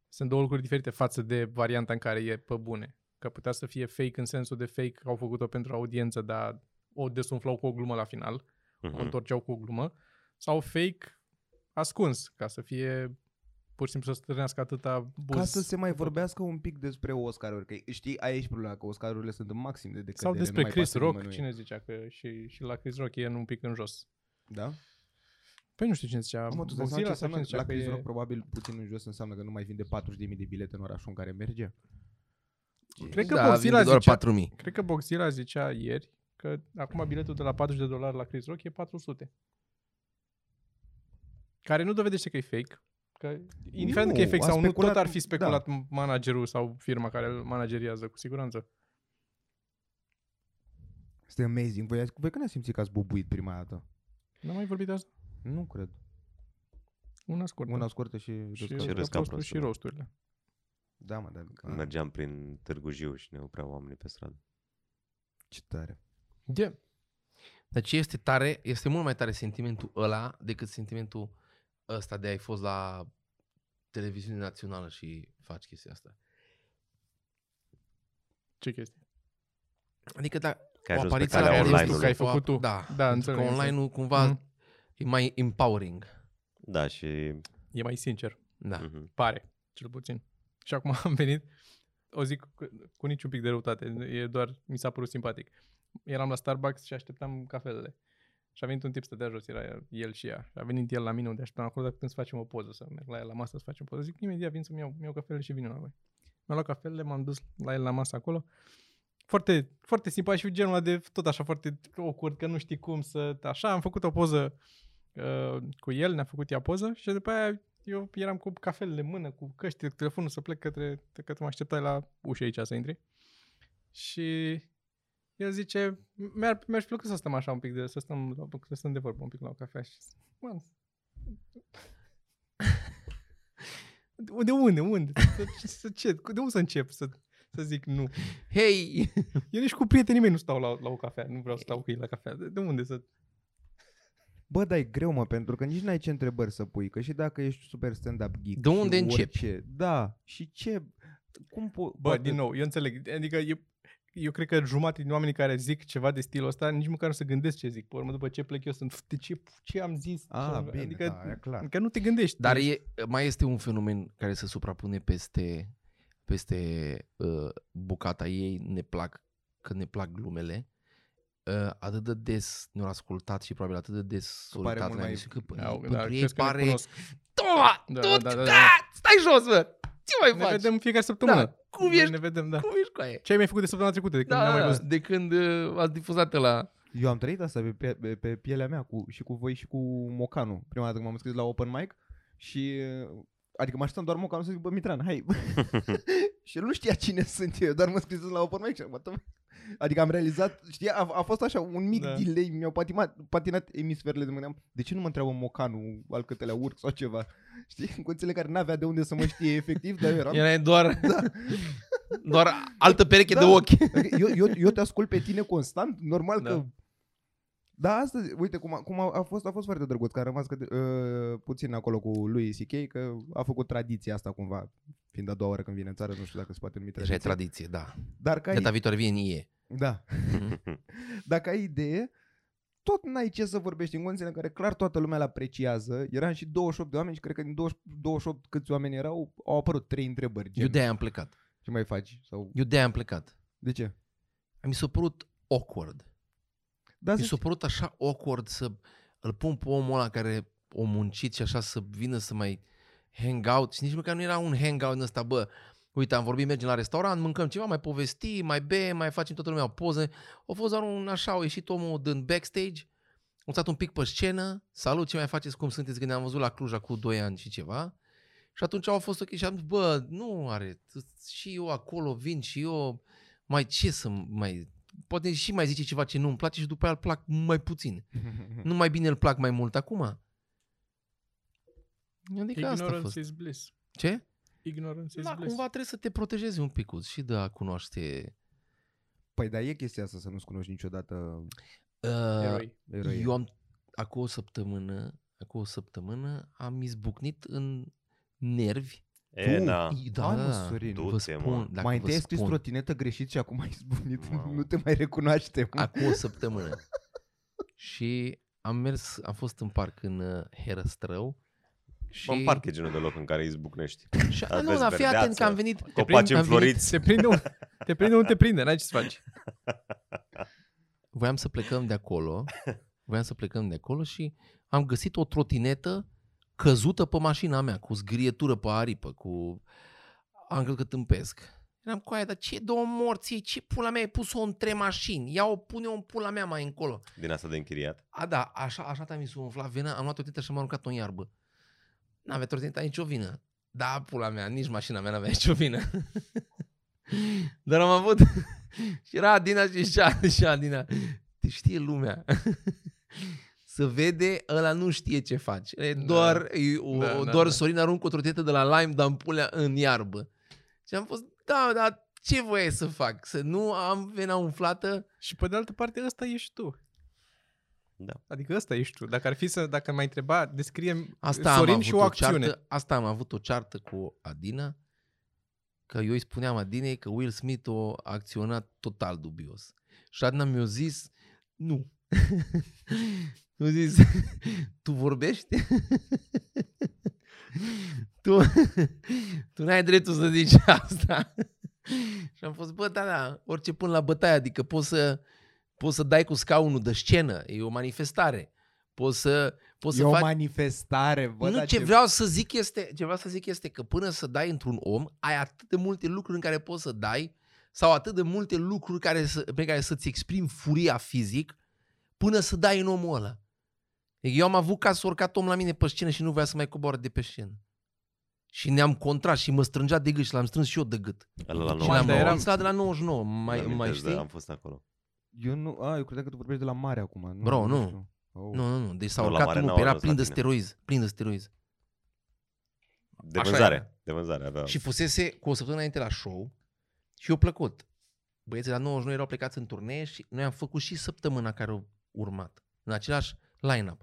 Sunt două lucruri diferite față de varianta în care e pe bune. Că putea să fie fake în sensul de fake că au făcut-o pentru audiență, dar o desumflau cu o glumă la final, o
Mhm.
Da.
întorceau cu o glumă, sau fake ascuns, ca să fie pur și simplu să strânească atâta buz.
Ca să se mai vorbească un pic despre Oscaruri, că știi, aici problema, că Oscarurile sunt în maxim de decădere.
Sau
nu
despre
mai
Chris
pasă
Rock,
nimănui.
cine zicea că și, și la Chris Rock e un pic în jos.
Da?
Păi nu știu cine zicea.
Mă, tu îți dai seama
Bozila
ce
sau
înseamnă?
cine zicea
La
că
Chris
e-
Rock probabil puțin în jos înseamnă că nu mai vinde 40.000 de bilete în orașul în care merge.
Cred că
da,
Boxila
vinde doar
zicea-
4.000.
Cred că Boxila zicea ieri că acum biletul de la 40 de dolari la Chris Rock e 400. Care nu dovedește că e fake. Că, indiferent
Nu,
că e fake
a
sau nu, tot
speculat-
ar fi speculat da. managerul sau firma care îl manageriază, cu siguranță.
Este amazing. Voi, ați- voi când ați simțit că ați bubuit prima dată?
N-am mai vorbit de asta.
Nu cred.
Una scurtă.
Una scurtă și...
și,
răscată.
Ce răs ca
rostul
prostul,
și
da.
rosturile.
Da, mă, dar...
Când mergeam prin Târgu Jiu și ne opreau oamenii pe stradă.
Ce tare.
De. Dar ce este tare, este mult mai tare sentimentul ăla decât sentimentul ăsta de ai fost la televiziune națională și faci chestia asta.
Ce chestie?
Adică da,
Că ai ajuns
o
pe
apariție la
calea
care
online
tu
ului
că ai făcut tu.
Da,
Da,
da pentru
înțeleg,
că
înțeleg.
online-ul cumva
Mhm.
e mai empowering.
Da, și...
E mai sincer.
Da.
Ah.
mhm.
Pare, cel puțin. Și acum am venit, o zic cu, cu niciun pic de răutate, e doar, mi s-a părut simpatic. Eram la Starbucks și așteptam cafelele. Și a venit un tip, stătea jos, era el și ea. Și a venit el la mine unde așteptam acolo, dacă putem să facem o poză, să merg la el la masă să facem o poză. Zic, imediat vin să-mi iau, mi iau cafelele și vin eu la voi. Mi-am luat cafelele, m-am dus la el la masă acolo. Foarte, foarte simpatic și genul ăla de tot așa, foarte ocurt, că nu știi cum să... Așa, am făcut o poză uh, cu el, ne-a făcut ea poză și după aia eu eram cu cafelele în mână, cu căștile, cu telefonul să plec către, către mă așteptai la ușa aici să intri. Și el zice, mi-ar, mi-aș plăcut să stăm așa un pic, de, să, stăm, la- să stăm de vorbă un pic la o cafea. Și zic, "Man, [laughs] de unde, unde? Să, să, ce? De unde să încep să, să zic nu?
Hei!
Eu nici cu prietenii mei nu stau la, la o cafea, nu vreau să stau cu ei la cafea. De, de unde să...
Bă, dar e greu, mă, pentru că nici n-ai ce întrebări să pui, că și dacă ești super stand-up geek.
De unde
și
începi?
Orice, da, și ce... Cum po-
Bă, din nou, eu înțeleg. Adică eu, eu cred că jumate din oamenii care zic ceva de stilul ăsta, nici măcar nu se gândesc ce zic. Pe urmă, după ce plec eu, sunt, de ce, ce am zis?
Ah,
ce
A,
am...
bine,
adică,
da, e clar.
Adică nu te gândești.
Dar
Deci,
e, mai este un fenomen care se suprapune peste, peste uh, bucata ei, ne plac, că ne plac glumele. Uh, atât de des ne-au ascultat și probabil atât de des
pare
solitat
mult
la
mai-
emisiune, că pă-
au,
pentru
da,
ei
crezi că ne
pare...
cunosc.
Toma,
Da,
tu,
da, da, da.
stai jos, bă! Ce mai
Ne
faci?
vedem în fiecare săptămână.
Da, cum
Ne-
ești?
Ne vedem, da.
Cum ești cu aia?
Ce ai mai făcut de săptămâna trecută? De când
Da,
da, mai
da,
văzut?
de când uh, ați difuzat la...
Eu am trăit asta pe, pie- pe, pe pielea mea cu, și cu voi și cu Mocanu. Prima dată când m-am scris la open mic și... Adică mă așteptam doar Mocanu să zic, bă, Mitran, hai. și el nu știa cine sunt eu, doar mă scris la open mic și am bătut. Adică am realizat, știi, a, a fost așa un mic
Da.
da. delay, mi-au patimat, patinat emisferele de mâneam. De ce nu mă întreabă Mocanu al câtelea urc sau ceva? Știi, în condițiile care n-avea de unde să mă știe efectiv, dar eu eram...
Era doar,
[laughs] Da.
doar altă pereche
Da.
de ochi.
Adică Eu, eu, eu te ascult pe tine constant, normal
Da.
că... Da, astăzi, uite cum, a, cum a, a, fost, a fost foarte drăguț, că a rămas că, uh, puțin acolo cu lui C.K., că a făcut tradiția asta cumva, fiind a doua oară când vine în țară, nu știu dacă se poate numi
Deja e
tradiție.
tradiție, da.
dar ca,
Data viitoare vine în IE.
da, [laughs] dacă ai idee, tot n-ai ce să vorbești în condițiile în care clar toată lumea îl apreciază. Eram și 28 de oameni și cred că din 20, 28 câți oameni erau, au apărut trei întrebări.
Eu
Gen,
de-aia am plecat.
ce mai faci? Sau,
Eu de-aia am plecat.
de ce?
Mi s-a părut awkward.
Da,
Mi
zici,
s-a părut așa awkward să îl pun pe omul ăla care o muncit și așa să vină să mai hang out și nici măcar nu era un hang out în ăsta, bă, uite, am vorbit, mergem la restaurant, mâncăm ceva, mai povesti, mai be, mai facem toată lumea o poză. O fost doar un așa, au ieșit omul din backstage, au stat un pic pe scenă, salut, ce mai faceți, cum sunteți, că ne-am văzut la Cluj cu 2 ani și ceva. Și atunci au fost ok și am zis, bă, nu are, și eu acolo vin și eu, mai ce să mai, poate și mai zice ceva ce nu-mi place și după aia îl plac mai puțin.
[laughs]
Hm.
Nu mai bine îl plac mai mult acum. Adică asta a
Ignorance
fost.
is bliss.
Ce?
Ignorance is
Da,
bliss.
cumva trebuie să te protejezi un pic și de a cunoaște
Păi dar e chestia asta să nu-ți cunoști niciodată
uh,
Eroi.
eroie.
Eu am, acum o săptămână, acum o săptămână am izbucnit în nervi.
E,
Tu?
na.
I- Da,
Hai, mă,
da,
Sorin.
vă
Du-te, mă.
spun, dacă
mai
vă
întâi ai scris
spun.
trotinetă greșit și acum ai izbunit.
Mamă.
Nu te mai recunoaște. mă.
acum o
[laughs]
săptămână. și am mers, am fost în parc în uh, Herăstrău
Și... În parc e genul de loc în care îi zbucnești.
și
aveți
nu, dar fii atent
verdeață,
că am venit.
Copaci
am venit-
înfloriți.
Te prinde, un, te prinde unde te prinde, n-ai ce să faci.
Voiam să plecăm de acolo. Voiam să plecăm de acolo și am găsit o trotinetă căzută pe mașina mea, cu zgrietură pe aripă, cu... Am crezut că tâmpesc. Eram cu aia, dar ce două morții, ce pula mea ai pus-o între mașini? Ia-o, pune-o în pula mea mai încolo.
Din asta de închiriat.
A, da, așa, așa te-am zis, umfla vena, am luat o tită și m-am aruncat în iarbă. N-avea trotineta nicio vină. Da, pula mea, nici mașina mea n-avea nicio vină. [laughs] Dar am avut... [laughs] și era Adina și [laughs] șa, și Adina. Te știe lumea. [laughs] Să vede, ăla nu știe ce faci. E
Da.
doar, e, o,
Da,
da,
da,
doar
da.
da. Sorin aruncă o trotinetă de la Lime, dar în pulea în iarbă. Și am fost, da, dar ce voiai să fac? Să nu am vena umflată?
Și pe de altă parte, ăsta ești tu.
Da.
Adică ăsta ești tu. Dacă ar fi să, dacă mai întreba, descrie
Asta
Sorin
am avut
și o acțiune.
ceartă, asta am avut o ceartă cu Adina, că eu îi spuneam Adinei că Will Smith o acționat total dubios. Și Adina mi-a zis, nu. [laughs] mi-a zis, tu vorbești? [laughs] tu, tu n-ai dreptul să zici asta. [laughs] Și am fost, bă, da, da, orice până la bătaie, adică poți să, poți să dai cu scaunul de scenă, e o manifestare. Poți să, poți
e
să
o
faci...
manifestare,
Bă,
văd
nu, ce vreau să zic este, ce vreau să zic este că până să dai într-un om, ai atât de multe lucruri în care poți să dai sau atât de multe lucruri care să, pe care să-ți exprimi furia fizic până să dai în omul ăla. Eu am avut ca să urcat om la mine pe scenă și nu voia să mai coboare de pe scenă. Și ne-am contrat și mă strângea de gât și l-am strâns și eu de gât.
Ăla la
Și
99.
Mai
l-am
dar eram-
eram... de la 99, mai,
Îmi
mai
amintesc,
știi?
Da, am fost acolo.
Eu nu, a, eu credeam că tu vorbești de la mare acum. Nu,
Bro, nu.
știu. Oh.
Nu, nu, nu, deci s-a
Nu, la
urcat
mare
omul,
n-au
pe era
ajuns la
plin de
tine.
steroizi, plin de steroizi.
De
Așa
vânzare.
era.
De vânzare avea.
Și fusese cu o săptămână înainte la show și eu plăcut. Băieții la 99 erau plecați în turnee și noi am făcut și săptămâna care a urmat, în același line-up.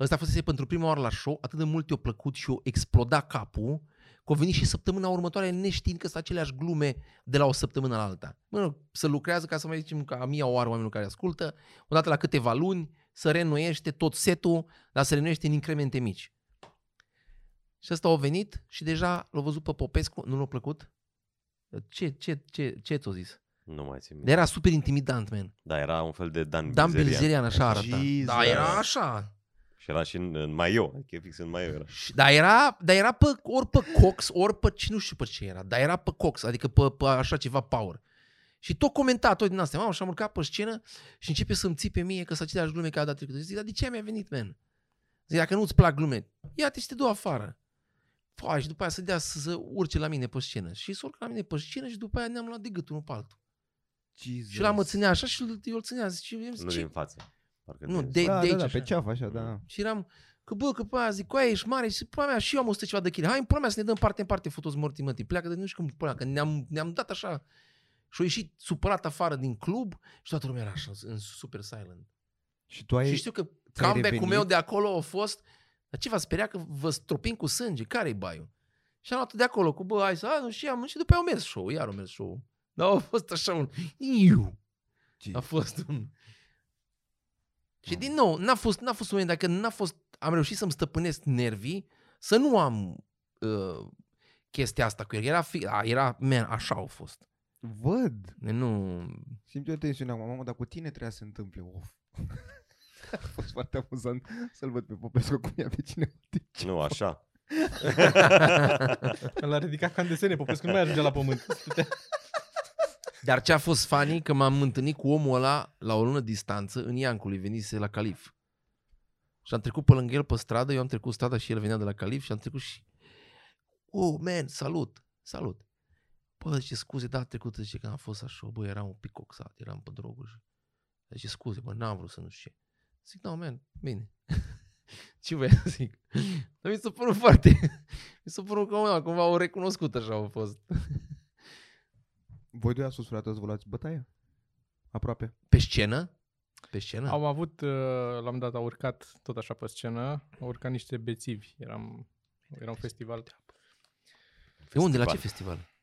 Ăsta fusese pentru prima oară la show, atât de mult i-a plăcut și o exploda capul, că a venit și săptămâna următoare neștiind că sunt aceleași glume de la o săptămână la alta. Mă, să lucrează, ca să mai zicem ca a mia oară oamenilor care ascultă, odată la câteva luni, să renuiește tot setul, dar să renuiește în incremente mici. Și ăsta a venit și deja l-a văzut pe Popescu, nu l-a plăcut? Ce, ce, ce, ce ți-o zis?
Nu mai țin minte.
Dar era super intimidant, man.
Da, era un fel de Dan,
Dan
Bilzerian.
Bilzerian așa arăta.
Jesus.
Da, era așa.
Și era și în, în maio. Adică fix în maio era.
Și- Dar era, dar era pe, ori pe Cox, ori pe ce nu știu pe ce era, dar era pe Cox, adică pe, pe așa ceva power. Și tot comenta tot din astea, mamă, și am urcat pe scenă și începe să-mi țipe mie că s-a aceleași glume ca data trecută. Și Zic, dar de ce mi-a venit, man? Zic, dacă nu-ți plac glume, ia-te și te du afară. Păi, și după aia să dea să, să urce la mine pe scenă. Și să urcă la mine pe scenă și după aia ne-am luat de gât unul pe altul.
Jesus.
Și la mă ținea așa și eu îl ținea. Zic, eu
Nu
zic,
din
ce?
față. Parcă
Nu,
din-
de-
da, da,
aici
da,
așa. Mm.
pe ceafă, așa, da. da.
Și eram, că bă, că pe aia zic, cu aia ești mare și pula mea și eu am 100 ceva de kg. Hai, în pula mea să ne dăm parte în parte, fotos morti mătii. Pleacă de nu știu cum, pula, că ne-am, ne-am dat așa. Și au ieșit supărat afară din club și toată lumea era așa, în super silent.
Și tu ai...
și știu că
Păi, ți-ai
comeback-ul
revenit?
meu de acolo a fost, dar ce v-a speria că vă stropim cu sânge? Care-i baiul? Și am luat de acolo cu bă, hai să, a, nu știu, am, și după aia au mers show, iar au mers show. Dar a fost așa un, iu, a fost un... Și din nou, n-a fost, n-a fost un moment, dacă n-a fost, am reușit să-mi stăpânesc nervii, să nu am uh, chestia asta cu el. Era, fi, a, era, man, așa au fost.
Văd.
Nu,
Simt eu tensiunea acum, mamă, dar cu tine trebuia să se întâmple, of. [laughs] A fost foarte amuzant să-l văd pe Popescu cum ia pe cineva. din ce-
Nu, așa.
L-a ridicat ca în desene, Popescu nu mai ajunge la pământ. [laughs]
Dar ce a fost funny, că m-am întâlnit cu omul ăla la o lună distanță, în Iancului, venise la Calif. Și am trecut pe lângă el pe stradă, eu am trecut strada și el venea de la Calif și am trecut și... Oh, man, salut, salut. Bă, zice, scuze, da, trecută, zice, că am fost așa, bă, eram un pic coxat, eram pe droguri. și- Zice, scuze, bă, n-am vrut să nu știu ce. Zic, no, man, bine. [laughs] ce vrei să zic? Dar mi s-a părut foarte... [laughs] mi s-a părut că, mă, cumva, o recunoscut așa au fost.
Voi doi ați fost frate, ați vă luați bătaia? Aproape.
Pe scenă? Pe scenă?
Au avut, uh, la un moment dat, au urcat tot așa pe scenă, au urcat niște bețivi. Eram, era un festival.
De unde? La ce festival?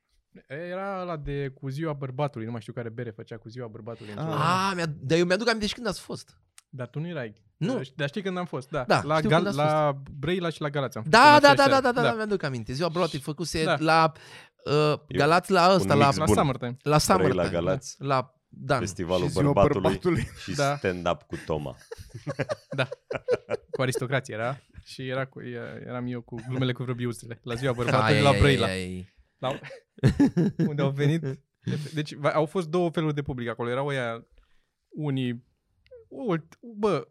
Era ăla de cu ziua bărbatului, nu mai știu care bere făcea cu ziua bărbatului. într-o-
Ah.
Ah, mi-a, dar eu mi-aduc aminte și când ați fost.
Dar tu nu erai.
Nu.
Ș- Dar știi când am fost, da.
Da,
la,
știu
Gal-
când ați
la Brăila și la Galați am fost. în
Da, da,
aceeași
da, da,
seară.
da, da, da, mi-aduc aminte. Ziua Broti făcuse
Da.
da. la uh,
E
Galați la ăsta,
un
la,
mix
La
Bun.
Summertime.
la Summer
Brăila, Galați.
la Dan.
Festivalul
Și ziua
bărbatului,
bărbatului.
și
Da.
stand-up cu
[laughs]
Toma.
Cu aristocrație era. Și era cu, e- eram eu cu glumele cu vrăbiuțele. La ziua
Ai,
bărbatului
ai,
la
ai,
Brăila.
ai, ai. [laughs]
La, unde au venit. Deci va- au fost două feluri de public acolo. Erau ăia unii... Ult, bă,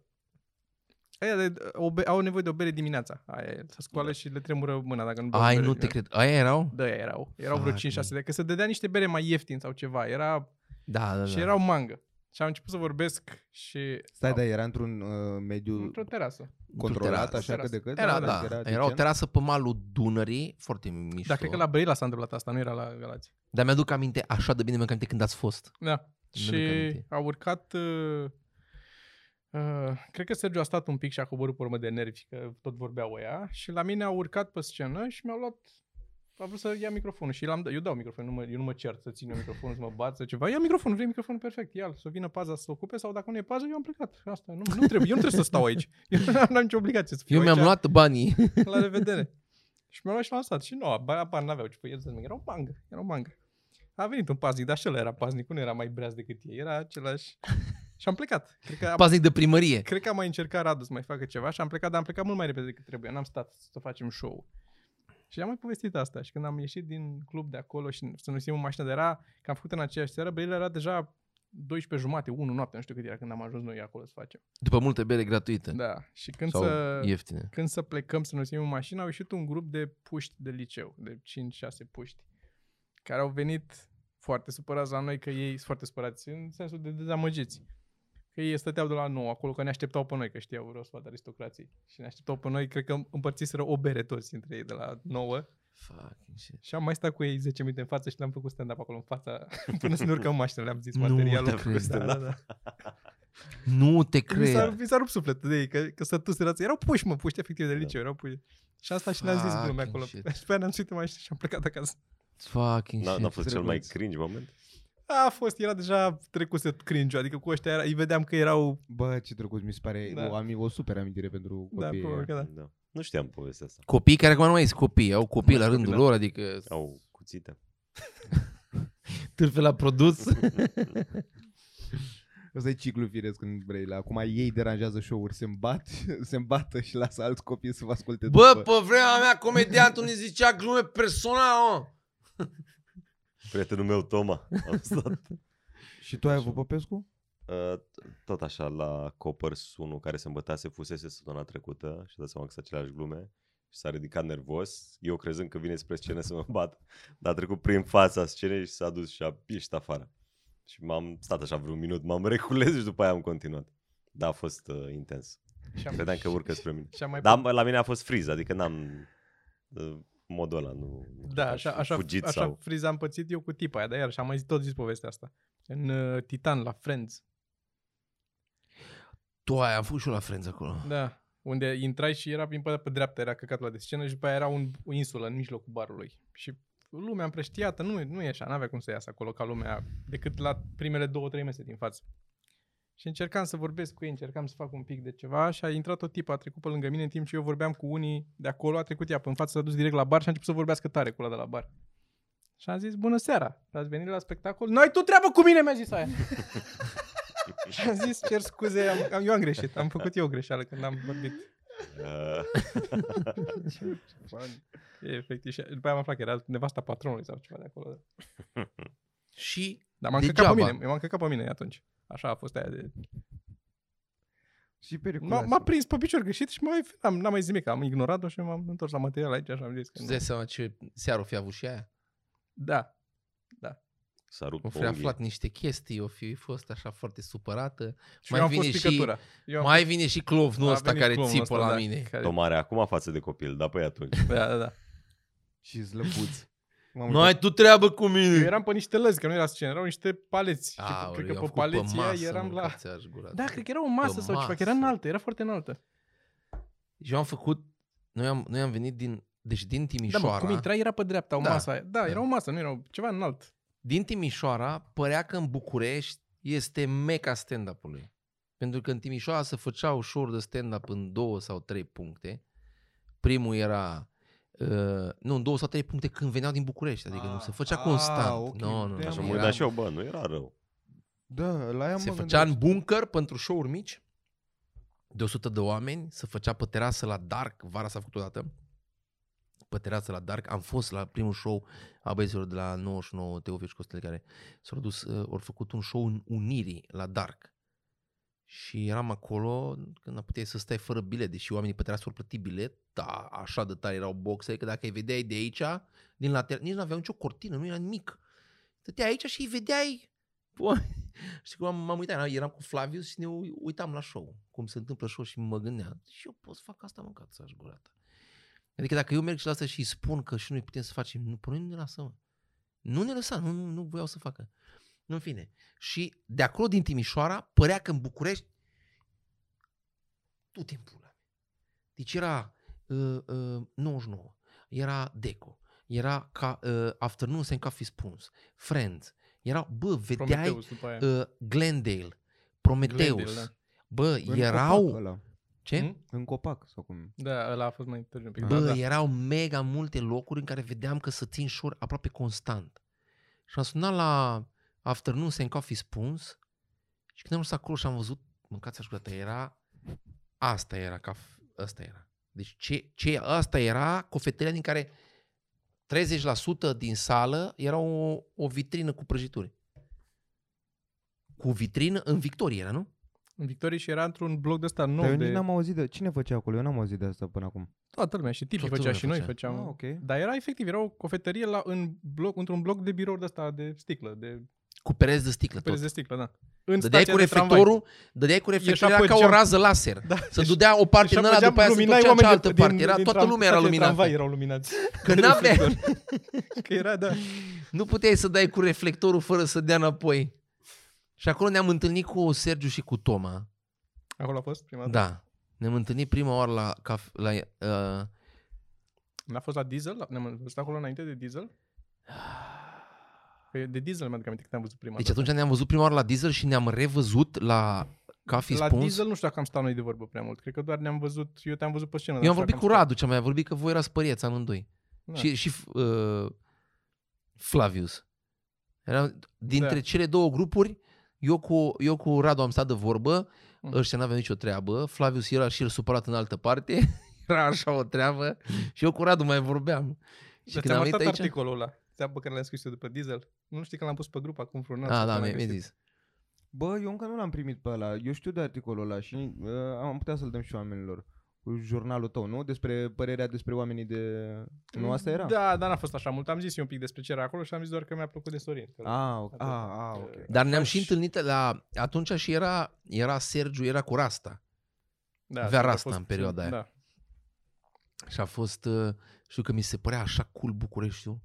aia de, o, be- au nevoie de o bere dimineața. Aia e, se scoală și le tremură mâna dacă nu beau
Da. Ai,
bere
nu te
dimineața.
cred. Aia erau?
Da, erau. Erau vreo
Fuck,
5-6
man.
de că se dădea niște bere mai ieftin sau ceva. Era
Da, da,
Și
da.
erau mangă. Și am început să vorbesc și...
Stai,
au-
dar era într-un uh, mediu
Într-o terasă.
controlat,
terasă,
așa că
terasă.
de cât?
Era, da. Era o
decent?
terasă pe malul Dunării, foarte mișto.
Dar Da, cred că la Brăila s-a întâmplat asta, nu era la Galați.
Dar mi-aduc aminte așa de bine, mi-aduc aminte când ați fost.
Da.
Mi-aduc
Și
aminte.
a urcat... Uh, uh, cred că Sergiu a stat un pic și a coborât pe urmă de nervi, că tot vorbeau ăia. Și la mine a urcat pe scenă și mi-au luat... A vrut să ia microfonul și l-am dat. Eu dau microfonul, nu mă, eu nu mă cert să țin eu microfonul, să mă bat, să ceva. Ia microfonul, vrei microfonul perfect, ia să vină paza să se ocupe sau dacă nu e paza, eu am plecat. Asta, nu, nu trebuie, eu nu trebuie să stau aici. [laughs] Eu nu am nicio obligație să fiu
Eu mi-am
aici.
luat banii.
[laughs] La revedere. și mi-am luat și l-am stat. Și nu, aba- abar n-aveau ce păi, erau mangă, erau mangă. A venit un paznic, dar și ăla era paznic, nu era mai breaz decât ei, era același. Și am plecat. Cred că, am,
Paznic de primărie.
cred că am mai încercat Radu să mai facă ceva și am plecat, dar am plecat mult mai repede decât trebuia, n-am stat să facem show Și am mai povestit asta și când am ieșit din club de acolo și să ne simțim în mașină, dar era, că am făcut în aceeași seară, Brăila era deja 12 jumate, 1 noapte, nu știu cât era când am ajuns noi acolo să facem.
După multe bere gratuite.
Da, și când
Sau
să
ieftine.
când să plecăm să ne simțim în mașină, au ieșit un grup de puști de liceu, de 5-6 puști, care au venit foarte supărați la noi, că ei sunt foarte supărați, în sensul de dezamăgiți. Că ei stăteau de la nou acolo, că ne așteptau pe noi, că știau rostul aristocrației. Și ne așteptau pe noi, cred că împărțiseră o bere toți între ei de la 9.
Fucking shit.
Și am mai stat cu ei 10 minute în față și le-am făcut stand-up acolo în fața, [laughs] până să ne urcăm în mașină, le-am zis
Nu
materialul.
te crezi,
da, da,
stand-up.
da.
Nu te
Mi s-a,
cred.
mi s-a rupt sufletul de ei, că, că sătuserați. Erau puși, mă, puști efectiv
Da.
de liceu, erau puși. Și asta și le-am zis
Fucking
glume acolo. [laughs]
shit.
Și pe aia ne-am suit mai și am plecat acasă.
Fucking
N-a, n-a
shit.
fost cel mai
drăguț.
cringe moment?
A fost, era deja trecuse cringe adică cu ăștia era, îi vedeam că erau...
Bă, ce drăguț, mi se pare
Da.
o, am, o super amintire pentru
Da,
copii.
probabil că da.
Da. Nu știam povestea asta.
Copii care acum nu mai sunt copii, au copii
Nu
la
mai sunt
rândul
copii, da.
lor, adică
Au cuțite.
târfe la produs.
Ăsta e ciclu firesc când vrei. La, acum ei deranjează show-uri, se bat, se îmbată [laughs] și lasă alți copii să vă asculte
Bă,
după.
pe vremea mea comediantul ne zicea glume personală, mă.
Prietenul meu, Toma,
[laughs]
am stat
Și tu ai avut Popescu?
Uh, tot așa, la Copers, unul care se îmbătase fusese săptămâna trecută și a dat seama că sunt aceleași glume și s-a ridicat nervos, eu crezând că vine spre scenă să mă bat, dar a trecut prin fața scenei și s-a dus și a ieșit afară. Și m-am stat așa vreun minut, m-am [laughs] recules și după aia am continuat. Da, a fost uh, intens.
Și am,
Credeam că urcă spre mine.
și am mai...
Dar m- la mine a fost friz, adică n-am uh, modul ăla, nu, nu
da
aș
așa,
fi
așa,
fugit
așa
sau... [laughs]
friza am pățit eu cu tipa aia, dar iar și am mai zis, tot zis povestea asta. În uh, Titan, la Friends.
Tu ai am făcut și eu la Friends acolo.
Da. Unde intrai și era prin pe, pe dreapta, era căcatul ăla de scenă și după aia era un, o insulă în mijlocul barului. Și lumea împrăștiată, nu, e- nu e așa, n-avea cum să iasă acolo ca lumea, decât la primele două, trei mese din față. Și încercam să vorbesc cu ei, încercam să fac un pic de ceva și a intrat o tipă, a trecut pe lângă mine în timp ce eu vorbeam cu unii de acolo, a trecut ea pe în față, s-a dus direct la bar și a început să vorbească tare cu ăla de la bar. Și am zis, bună seara, ați venit la spectacol? N-ai tu treabă cu mine, mi-a zis aia. [laughs] și am zis, cer scuze, am, am, eu am greșit, am făcut eu o greșeală când am vorbit.
Uh,
E efectiv. Și după aia am aflat că era nevasta patronului sau ceva de acolo.
Și
Dar m-am căcat
Degeaba.
pe mine, m-am căcat pe mine atunci. Așa a fost aia de...
Și
M-a,
periculoasă.
m-a prins pe picior greșit și m-am, am, n-am mai zis nimic, am ignorat-o și m-am întors la material aici și am zis că
îți
nu.
dai seama ce seară o fi avut și aia?
Da.
s-a rupt
O fi
unghii.
aflat niște chestii, o fi fost așa foarte supărată.
Și
Mai
mai eu am fost
vine și-
picătura. Eu am...
Mai vine și clovnul
a
ăsta
venit
care
clonul
țipă
ăsta,
la
da,
mine.
Care...
Tomare acum față de copil, dar păi atunci.
Da, da, da.
Și slăbuți. M-am
Nu ai tu treabă cu mine.
Eu eram pe niște lăzi, că nu era scenă, erau niște paleți. și
Aoleu,
cred
am
că pe
făcut
paleți aia
masă,
eram
mă,
la...
că ți-aș gura.
Da, cred că era o masă sau ceva, că era
masă.
înaltă, era foarte înaltă. Da,
Eu am făcut... Noi am, noi am venit din... Deci din
Da,
Timișoara...
mă, cum intrai era pe dreapta, o
Da.
masă aia. Da, era
Da.
o masă, nu era o- ceva înalt.
din Timișoara, părea că în București este meca stand-up-ului. Pentru că în Timișoara se făcea ușor de stand-up în două sau trei puncte. Primul era... Uh, nu, în două sau trei puncte când veneau din București. Adică nu se făcea
Ah,
constant.
ok,
Nu, nu, nu.
de-aia
Așa
Era-
mă gândeam și eu, bă, nu era rău.
Da, la ea
Se
mă
făcea în
gândesc.
bunker pentru show-uri mici de 100 de oameni, se făcea pe terasă la Dark, vara s-a făcut odată, pe terasă la Dark. Am fost la primul show a băieților de la 99, Teofil și Costel, care s-au dus, uh, au făcut un show în Unirii, la Dark. Și eram acolo când puteai să stai fără bilet, deși oamenii pe terasă au plătit bilet, da, așa de tare erau boxe, că dacă îi vedeai de aici, din lateral, nici nu aveau nicio cortină, nu era nimic. Stăteai aici și îi vedeai Bun. Știi cum am, m-am uitat, eram- eram cu Flavius și ne u- uitam la show, cum se întâmplă show și mă gândeam, și eu pot să fac asta, mă, ca să aș gura ta. Adică dacă eu merg și la asta și îi spun că și noi putem să facem, nu, pe noi nu ne lasăm. mă. Nu ne lăsa, nu, nu, nu voiau să facă. În fine. Și de acolo din Timișoara, părea că în București, tu te pula. Deci era uh, uh, 99, era Deco, era ca, uh, Afternoons and Coffee Spoons, Friends, erau, bă, vedeai
Prometeus după aia.
uh, Glendale, Prometheus.
Glendale, da.
Bă,
În
erau...
copac ăla.
Ce?
Hmm?
În copac sau cum.
Da, ăla a fost mai târziu un pic.
Bă,
da, da.
erau mega multe locuri în care vedeam că să țin șor aproape constant. Și am sunat la Afternoons and Coffee Spoons și când am ajuns acolo și am văzut, mâncați aș gata, era, asta era, caf, asta era. Deci ce, ce, asta era cofetăria din care 30% din sală era o, o vitrină cu prăjituri. Cu vitrină în Victoria era, nu?
În Victorie și era într-un bloc de ăsta
Dar
nou
eu nici
de...
n-am auzit de... Cine făcea acolo? Eu n-am auzit de asta până acum.
Toată lumea și Tipi
Toată
făcea
lumea
și noi
făcea.
făceam.
Ah, ok.
Dar era efectiv, era o cofetărie la, în bloc, într-un bloc de birouri de ăsta de sticlă, de
Cu pereți de sticlă tot.
pereți de sticlă, da. În
Dădeai
stația
cu
de tramvai.
reflectorul, dădeai cu reflectorul,
pe
era ca o
geam.
rază laser.
Da,
[laughs] Să
și-
dudea o parte
și
în
apoi
ăla,
geam,
după aia se
luminai
ducea în
oamenii de-
cealaltă parte. Era,
din
toată
tram-
lumea era
stația
luminată.
de Tramvai erau luminați.
[laughs] Că n-aveai-
reflector. [laughs] Că era, da.
Nu puteai să dai cu reflectorul fără să dea înapoi. Și acolo ne-am întâlnit cu Sergiu și cu Toma.
Acolo a fost prima dată.
Da. Ne-am întâlnit prima oară la, caf- la uh,
N-a fost la Diesel? La- Ne-am văzut acolo înainte de Diesel? Că De Diesel mi-aduc aminte când am văzut prima
Ah. Deci
dată.
atunci ne-am văzut prima oară la Diesel și ne-am revăzut la Coffee
La
Spoons.
Diesel nu știu dacă am stat noi de vorbă prea mult. Cred că doar ne-am văzut, eu te-am văzut pe scenă.
Eu
dar
am
nu știu
vorbit cu
dacă am
Radu, ce mai am vorbit că voi erați părieți amândoi.
Da.
Și, și uh, Flavius. Era, dintre
Da.
cele două grupuri, eu cu, eu cu Radu am stat de vorbă,
Mhm.
ăștia n-aveau nicio treabă, Flavius era și el supărat în altă parte, [laughs] era așa o treabă și eu cu Radu mai vorbeam. Și
Dar
când
ți-am
Deci am venit
arătat
aici...
articolul ăla. Ți-am pe care l-am scris eu după Diesel. Nu știi că l-am pus pe grup acum vreun an.
A,
sau
da,
când
mi-ai
am
mi-ai
găsit.
zis.
Bă, eu încă nu l-am primit pe ăla. Eu știu de articolul ăla și uh, am putea să-l dăm și oamenilor. Cu jurnalul tău, nu? Despre părerea despre oamenii de... Nu asta era?
Da, dar n-a fost așa mult. Am zis eu un pic despre ce era acolo și am zis doar că mi-a plăcut de Sorin. Că- Da,
Ah, ok. Ah, ah, ok.
Dar ne-am
Aș-
Da, și întâlnit la... Atunci și era, era Sergiu, era cu Rasta.
Da,
avea
a
rasta
fost-
în perioada aia.
Da.
Și a fost... uh, Știu că mi se părea așa cool Bucureștiul.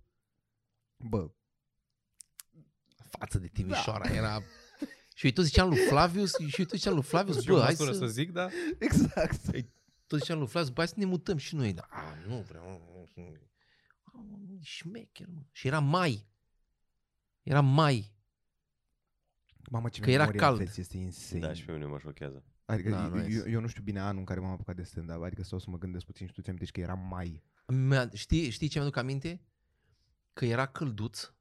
Bă,
față de Timișoara. Da. Era... Și eu tot ziceam lui Flavius, și eu tot ziceam lui Flavius,
Eu
bă,
în
hai
măsură
să...
să zic, da.
exact.
Tot ziceam lui Flavius, bă, hai să ne mutăm și noi. Da, a, nu vreau... nu, nu, nu. Am Șmecher, mă. Și era mai. Era mai.
Mamă, ce
Că era
memorie
cald.
aveți, Este insane.
Da, și pe mine mă șochează.
Adică
Da,
da,
nu
eu, eu,
este.
eu, nu știu bine anul în care m-am apucat de stand-up, adică stau să mă gândesc puțin și tu ți-am că era mai.
Mi-a- Știi, știi ce mi-aduc aminte? Că era călduț,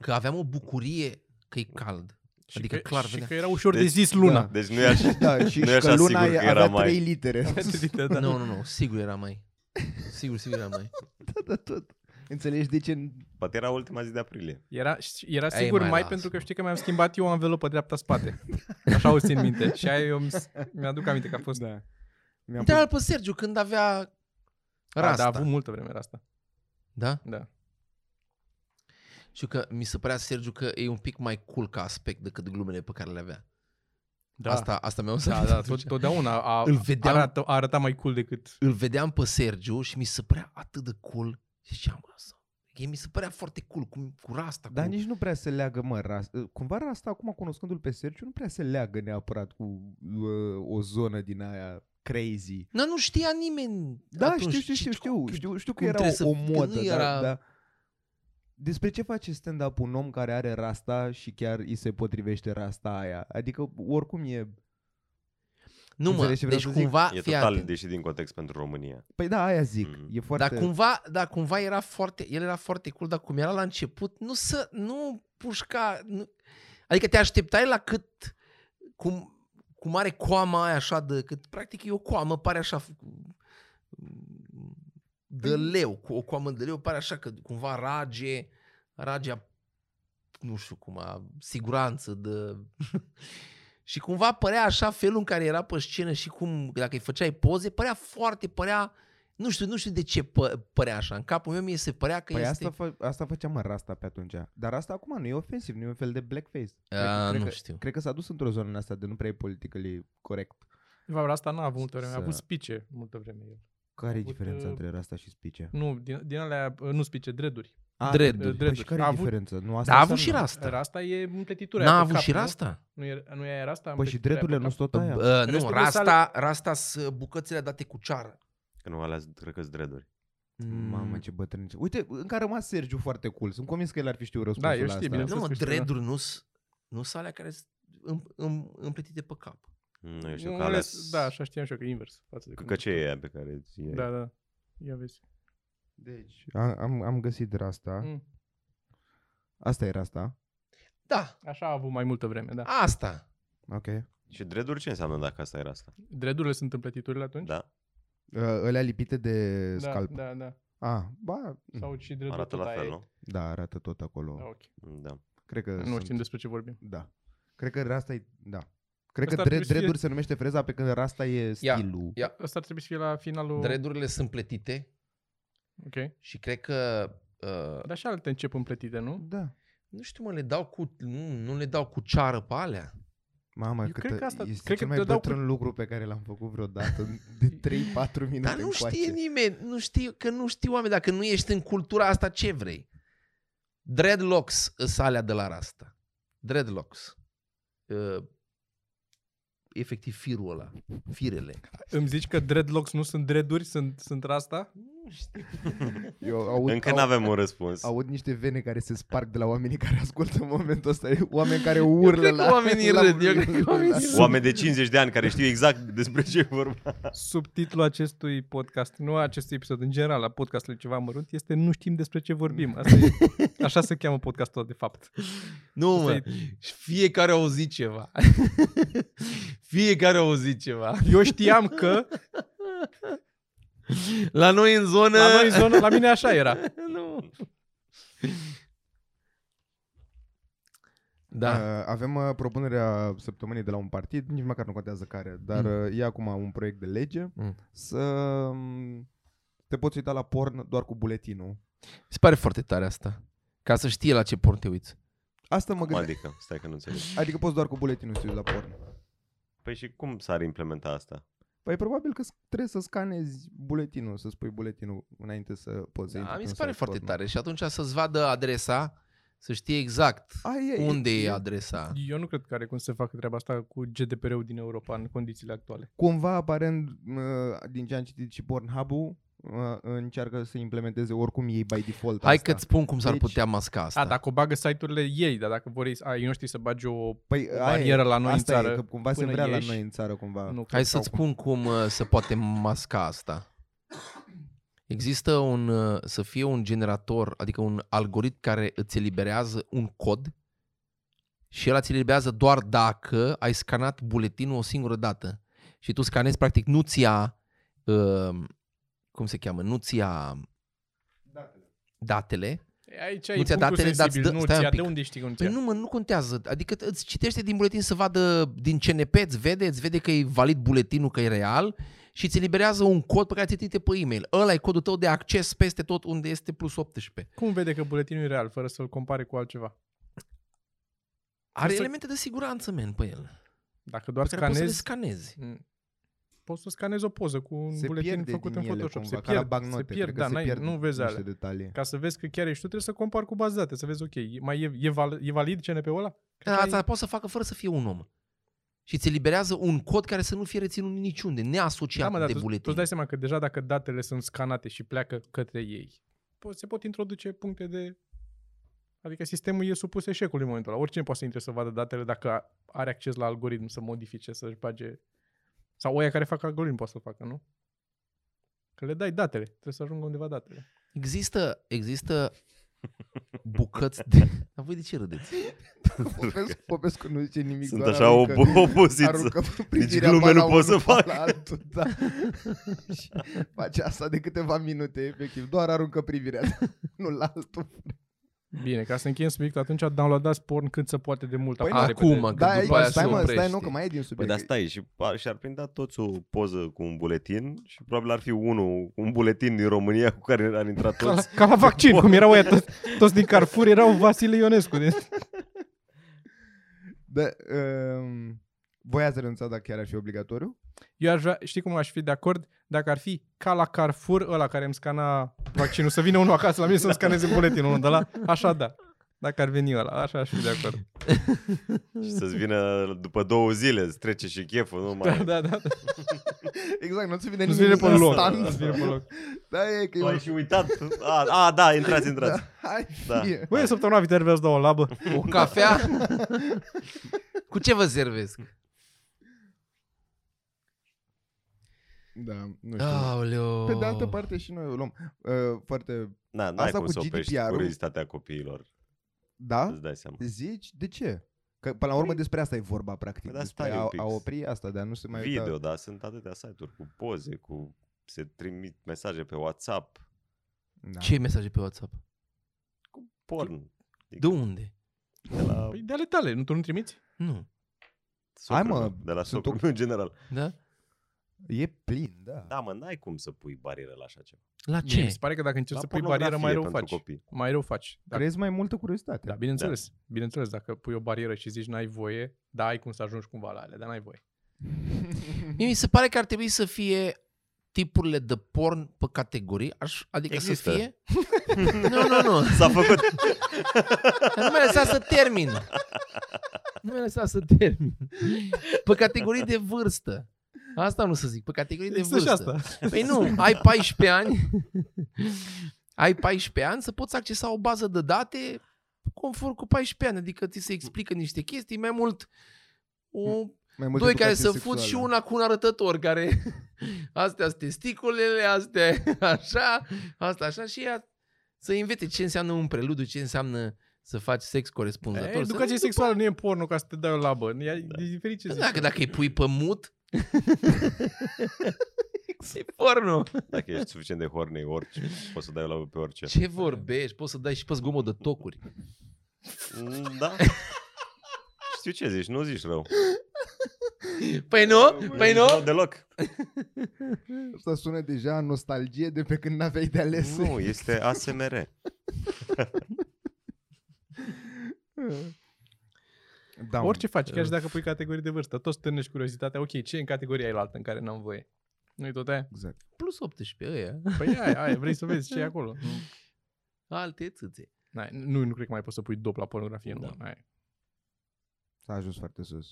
că aveam o bucurie că e cald.
Și
Adică
că,
clar
și
vedea.
că era ușor de
Deci-
zis luna. [laughs]
Deci nu e așa.
Da, și,
Nu e
și că
așa
luna
sigur
e-
că era
avea
mai.
trei litere.
Da. Nu, nu, nu, sigur era mai. Sigur, sigur era mai.
da, da, tot. Înțelegi de ce?
Poate era ultima zi de aprilie.
Era, era
Aia e
sigur
mai
mai,
las.
pentru că știi că mi-am schimbat eu o anvelopă dreapta-spate. Așa o țin minte. Și aia eu îmi, mi-aduc aminte că a fost...
Da. Mi-am pus...
Întreabă pe Sergiu când avea
Ah, da, a
rasta.
avut multă vreme asta.
da?
Da.
Știu că mi se părea, Sergiu, că e un pic mai cool ca aspect decât glumele pe care le avea. Da. Asta, asta mi-a
[laughs]
Da, da, tot, totdeauna a,
Îl vedeam-
arată, a arătat mai cool decât...
[laughs] Îl vedeam pe Sergiu și mi se părea atât de cool. Și ziceam, asta. E, mi se părea foarte cool cu, cu rasta.
Dar
cu...
nici nu prea se leagă, mă, ras... ă, cumva rasta acum, cunoscându-l pe Sergiu, nu prea se leagă neapărat cu uh, o zonă din aia crazy.
Na, nu știa nimeni.
Da,
atunci
știu, știu,
ce-
știu, știu, știu, știu că
cum
era o,
trebuie să-
o
că nu
modă,
era-
era... da, Despre ce face stand-up un om care are rasta și chiar îi se potrivește rasta aia? Adică, oricum e
Nu mă,
Înțelegi ce vreau
deci
să zic?
cumva,
E
fii
total
atent.
deși din context pentru România.
Păi da, aia zic.
Mhm.
E foarte...
Mm. Dar cumva, dar cumva era foarte, el era foarte cool, dar cum era la început, nu să, nu pușca, nu, adică te așteptai la cât, cum, cum are coama aia așa de, cât practic e o coamă, pare așa, f- de leu, cu o coamă de leu, pare așa că cumva rage, rage a, nu știu cum, a siguranță
[laughs]
de... și cumva părea așa felul în care era pe scenă și cum, dacă îi făceai poze, părea foarte, părea, nu știu, nu știu de ce pă, părea așa. În capul meu mie se părea că
Păi
este...
asta, fă, asta făcea mă rasta pe atunci. Dar asta acum nu e ofensiv, nu e un fel de blackface. Cred că-
A,
cred,
nu
că,
știu.
cred că s-a dus într-o zonă în asta de nu prea e politically corect.
De fapt, asta n-a avut multă vreme, a
Să-
avut spice multă vreme. el.
Care e
avut,
diferența
uh,
între rasta și spice?
Nu, din, din alea, uh, nu spice, dreduri.
A,
dreaduri.
Păi și
Dreaduri.
care
A
e
avut-
diferența? Nu asta
Dar a avut și
înseamnă?
rasta.
Rasta e împletitura. aia
N-a
pe
avut
cap,
și
nu?
rasta?
Nu e, nu e rasta?
Păi și dreadurile nu
nu
sunt tot aia?
Uh, nu,
Restul de
rasta,
sale-
rasta sunt bucățele date cu ceară.
Că nu alea sunt, cred că dreaduri.
Mamă, ce bătrânice. Uite, încă a rămas Sergiu foarte cool. Sunt convins că el ar fi știut răspunsul
Da, eu
la
știu,
asta.
bine.
Păi Nu, mă,
Să-ți câștigă.
dreaduri nu sunt nu sunt alea care sunt îm- îm- împletite pe cap.
Nu, eu știu
Nu,
că alea
ales- Da, așa știam și eu că e invers. Față de
Că,
cum-
că ce e aia pe care ți e?
Da, da. Ia vezi.
Deci, a- am, am găsit rasta.
Mm.
Asta e rasta.
Da,
Așa a avut mai multă vreme, da.
asta.
Ok. Uh,
Și dreaduri ce înseamnă dacă asta era asta?
Dreadurile sunt împletiturile atunci?
Da?
alea lipite de
da,
scalp.
da, da.
Ah, ba,
Sau și dreadul
Mm. Arată
tot
la
aia
fel,
e.
nu?
da, arată tot acolo.
Da, ok.
Da.
Cred că
Nu
sunt...
știm despre ce vorbim.
Da. Cred că rasta e... Da. Cred
Asta
că
ar
dre-
trebui să fie-
dreaduri se numește freza pe când rasta e
Ia,
stilul.
ia.
Asta ar trebui să fie la finalul...
Dreadurile sunt pletite
Ok.
și cred că uh,
Dar și alte încep împletite,
Păi
nu?
Da.
nu știu, mă, le dau cu nu, nu le dau cu ceară pe alea.
Mamă,
Eu
cât
cred
că
că asta-
este
cred
cel
că
mai
te dau
bătrân lucru pe care l-am făcut vreodată
[laughs]
de 3-4 minute
Dar nu
încoace.
știe nimeni, nu știu, că nu știu oameni, dacă nu ești în cultura asta, ce vrei? Dreadlocks sunt alea de la rasta. Dreadlocks. Uh, efectiv firul ăla, firele.
Îmi zici că dreadlocks nu sunt dreaduri, sunt, sunt rasta?
Nu știu.
Eu aud,
Încă
au-
nu avem un răspuns.
Aud niște vene care se sparg de la oamenii care ascultă în momentul ăsta. Oameni care urlă
cred că
la...
oamenii
la,
râd, eu cred că oamenii râd.
Oameni de 50 de ani care știu exact despre ce e vorba.
Da.
Subtitlul acestui podcast, nu a acestui episod, în general, la podcastul ceva mărunt, este Nu știm despre ce
Da.
vorbim. Asta e, așa se cheamă podcastul ăla, de fapt.
Nu,
Asta
mă.
e-
Și Fiecare a auzit [laughs] ceva. Fiecare a auzit ceva.
Eu știam că
La noi în zonă...
la noi în zonă, la mine așa era.
Da. nu. Da.
Uh, Avem uh, propunerea săptămânii de la un partid, nici măcar nu contează care, dar
Mm.
mm. e acum un proiect de lege
Mm.
mm. să mm, te poți uita la porn doar cu buletinul.
Mi se pare foarte tare asta. Ca să știe la ce porn te uiți.
Asta mă
Cum
gândesc.
adică? Stai că nu înțeleg.
Adică poți doar cu buletinul să te uiți la porn.
Păi și cum s-ar implementa asta?
Păi probabil că s- trebuie să scanezi buletinul, să spui buletinul înainte să poți să
Da,
intri
mi
pe
se
un
pare
site
foarte
porno.
tare. Și atunci să-ți vadă adresa, să știe exact
A, e,
unde e
e,
adresa.
Eu nu cred că are cum să facă treaba asta cu GDPR-ul din Europa în condițiile actuale.
Cumva, aparent, uh, din ce am citit și Pornhub-ul, uh, încearcă să implementeze oricum ei by default
Hai
asta.
că-ți spun cum s-ar
Deci-
putea masca asta.
A, dacă o bagă site-urile ei, dar dacă vor ei, a, ei nu știi să bagi o...
Păi,
o barieră la noi în
asta
țară
E, că cumva se
până
vrea la
ieși.
noi în țară cumva.
Nu, cred.
Da. Hai să-ți
Sau
spun cum uh, se poate masca asta. Există un, uh, să fie un generator, adică un algoritm care îți eliberează un cod și el îți eliberează doar dacă ai scanat buletinul o singură dată. Și tu scanezi, practic, nu-ți ia, uh, cum se cheamă, nu-ți ia datele,
Aici
Nu
e
ți-a
punctul
datele, dar
sensibil,
îți dă-
nu
stai un
ți-a, de
pic.
unde știi că nu
Păi
ți-a?
nu, mă, nu contează. Adică îți citește din buletin să vadă din CNP, îți vede, îți vede că e valid buletinul, că e real și îți eliberează un cod pe care ți-l trimite pe e-mail. Ăla e codul tău de acces peste tot unde este plus 18.
Cum vede că buletinul e real, fără să-l compare cu altceva?
Are
Să-
elemente de siguranță, men, pe el.
Dacă doar
Care poți să le
scanezi,
scanezi.
Mm. Poți să scanezi o poză cu un
Se
buletin
pierde
făcut
din
în
ele
Photoshop.
cumva, ca
se
la
pierd,
bagnote.
se
cred
pierd,
că
da,
se
n-ai-
pierd
nu vezi
niște
alea. [laughs]
detalii.
Ca să vezi că chiar ești tu, trebuie să compari cu bază de date, să vezi, ok, mai e, e, val, e valid CNP-ul ăla? Cred
Dar
că
Asta
e-
poți să facă fără să fie un om. Și îți eliberează un cod care să nu fie reținut niciunde, neasociat
Da, mă, dar
de
tu, tu
buletin.
îți dai seama că deja dacă datele sunt scanate și pleacă către ei, po- se pot introduce puncte de... Adică sistemul e supus eșecului în momentul ăla. Oricine poate să intre să vadă datele dacă a- are acces la algoritm să modifice, să-și bage, Sau oia care fac algoritm poate să facă, nu? Că le dai datele. Trebuie să ajungă undeva datele.
Există, există bucăți de... [laughs] Dar voi de ce râdeți?
Popescu, Popescu nu zice nimic.
Sunt
doar
așa o
aruncă- [laughs]
opoziță.
Aruncă [laughs]
Deci
privirea
glume
pe
nu
la
pot să
unul, pe la
fac.
altul, da. [laughs] Și Face asta de câteva minute, efectiv. Doar aruncă privirea, da. [laughs] nu la altul.
Bine, ca să încheiem subiectul, atunci downloadați porn cât se poate de mult.
Păi
acum,
nu.
repede.
Acum, că
Da,
după aia
stai
se
mă,
oprește.
stai nu, că mai e din
Păi
subiect.
dar stai, și, a- și-ar prinda toți o poză cu un buletin și probabil ar fi unul, un buletin din România cu care ar intra
Ca la,
toți.
ca la vaccin, cum erau ăia toți, toți din Carrefour, erau Vasile Ionescu. Deci,
Da, um, voi ați renunțat dacă chiar ar fi obligatoriu? [laughs]
eu aș vrea, știi cum aș fi de acord? Dacă ar fi ca la Carrefour ăla care îmi scana vaccinul, să vină unul acasă la mine să-mi scaneze buletinul de la, așa da. Dacă ar veni ăla, așa aș fi de acord.
și să-ți vină după două zile, îți trece și cheful, nu mai...
Da, da, da. da.
Exact, nu-ți vine
Nu-ți
nimic
vine pe
din
loc.
stand.
Nu-ți vine pe loc.
Da, e că
Tu ai
e
și uitat. A, a da, intrați, intrați.
[laughs] da, Hai,
Da.
fie.
Băi, săptămâna viitoare vreau să dau o labă.
O cafea? Cu ce vă servesc?
Da, nu știu.
Aoleo.
Pe de altă parte și noi o luăm. Uh, foarte,
Na, n-ai
Asta
cum
cu
să oprești
GDPR-ul?
curiozitatea copiilor,
da?
îți dai seama.
Zici? De ce? Că până la urmă despre asta e vorba, practic.
Păi da,
despre
stai un
a,
pic.
a opri asta, dar nu se mai uita.
Video, dar sunt atâtea site-uri cu poze, cu se trimit mesaje pe WhatsApp,
Da.
Ce mesaje pe WhatsApp?
cu porn.
De unde?
De la
Păi de ale tale, nu, tu nu trimiți?
Nu.
Hai,
socrul
mă,
meu, de la
sunt
socrul meu în general.
Da?
E plin, da.
Da, mă, n-ai cum să pui barieră la așa ceva.
La
Mie Mi
ce?
se pare că dacă încerci
La
să pui barieră, mai
pornografie
rău
pentru
faci.
Copii.
Mai rău faci.
da.
Dacă
Crezi mai multă curiozitate.
Da, bineînțeles. Da. Bineînțeles, dacă pui o barieră și zici n-ai voie, da, ai cum să ajungi cumva la ele, dar n-ai voie.
Mie mi se pare că ar trebui să fie tipurile de porn pe categorii, aș, adică
Există.
[laughs]
să fie... nu, nu, nu.
S-a făcut.
Dar nu mi-a lăsat să termin. Nu mi-a lăsat să termin. Pe categorii de vârstă. Asta nu să zic, pe categorii de
Există și
vârstă.
asta.
Păi nu, ai 14 ani, ai 14 ani să poți accesa o bază de date conform cu 14 ani, adică ți se explică niște chestii, mai mult o,
Mai multă
doi care să
educație
fut și
sexuală.
una cu un arătător care [laughs] astea sunt testiculele, astea [laughs] e așa, asta așa și ea să invite ce înseamnă un preludiu, ce înseamnă să faci sex corespunzător.
E,
să-
Exact. educație sexuală nu e porno ca să te dai o labă. E da. diferit ce
Păi
zici.
Dacă, dacă îi pui pe mut, [laughs] e porno.
Dacă ești suficient de horny, orice, poți să dai la pe orice.
Ce vorbești? Poți să dai și pe zgomot de tocuri.
Mm, Da. Știu ce zici, nu zici rău.
Păi nu? Păi nu?
Zici rău deloc.
Asta sună deja nostalgie de pe când n-aveai de ales.
Nu, este ASMR.
Da, mă.
Orice faci, chiar și dacă pui categorii de vârstă, tot stârnești curiozitatea, ok, ce e în categoria aia în care n-am voie? Nu-i tot aia?
Exact.
Plus 18, ăia.
Păi aia, aia, vrei să vezi ce e acolo. Nu,
Alte țâțe.
n-ai- nu, nu cred că mai poți să pui dop la pornografie. Da. Nu, ai.
S-a ajuns foarte sus.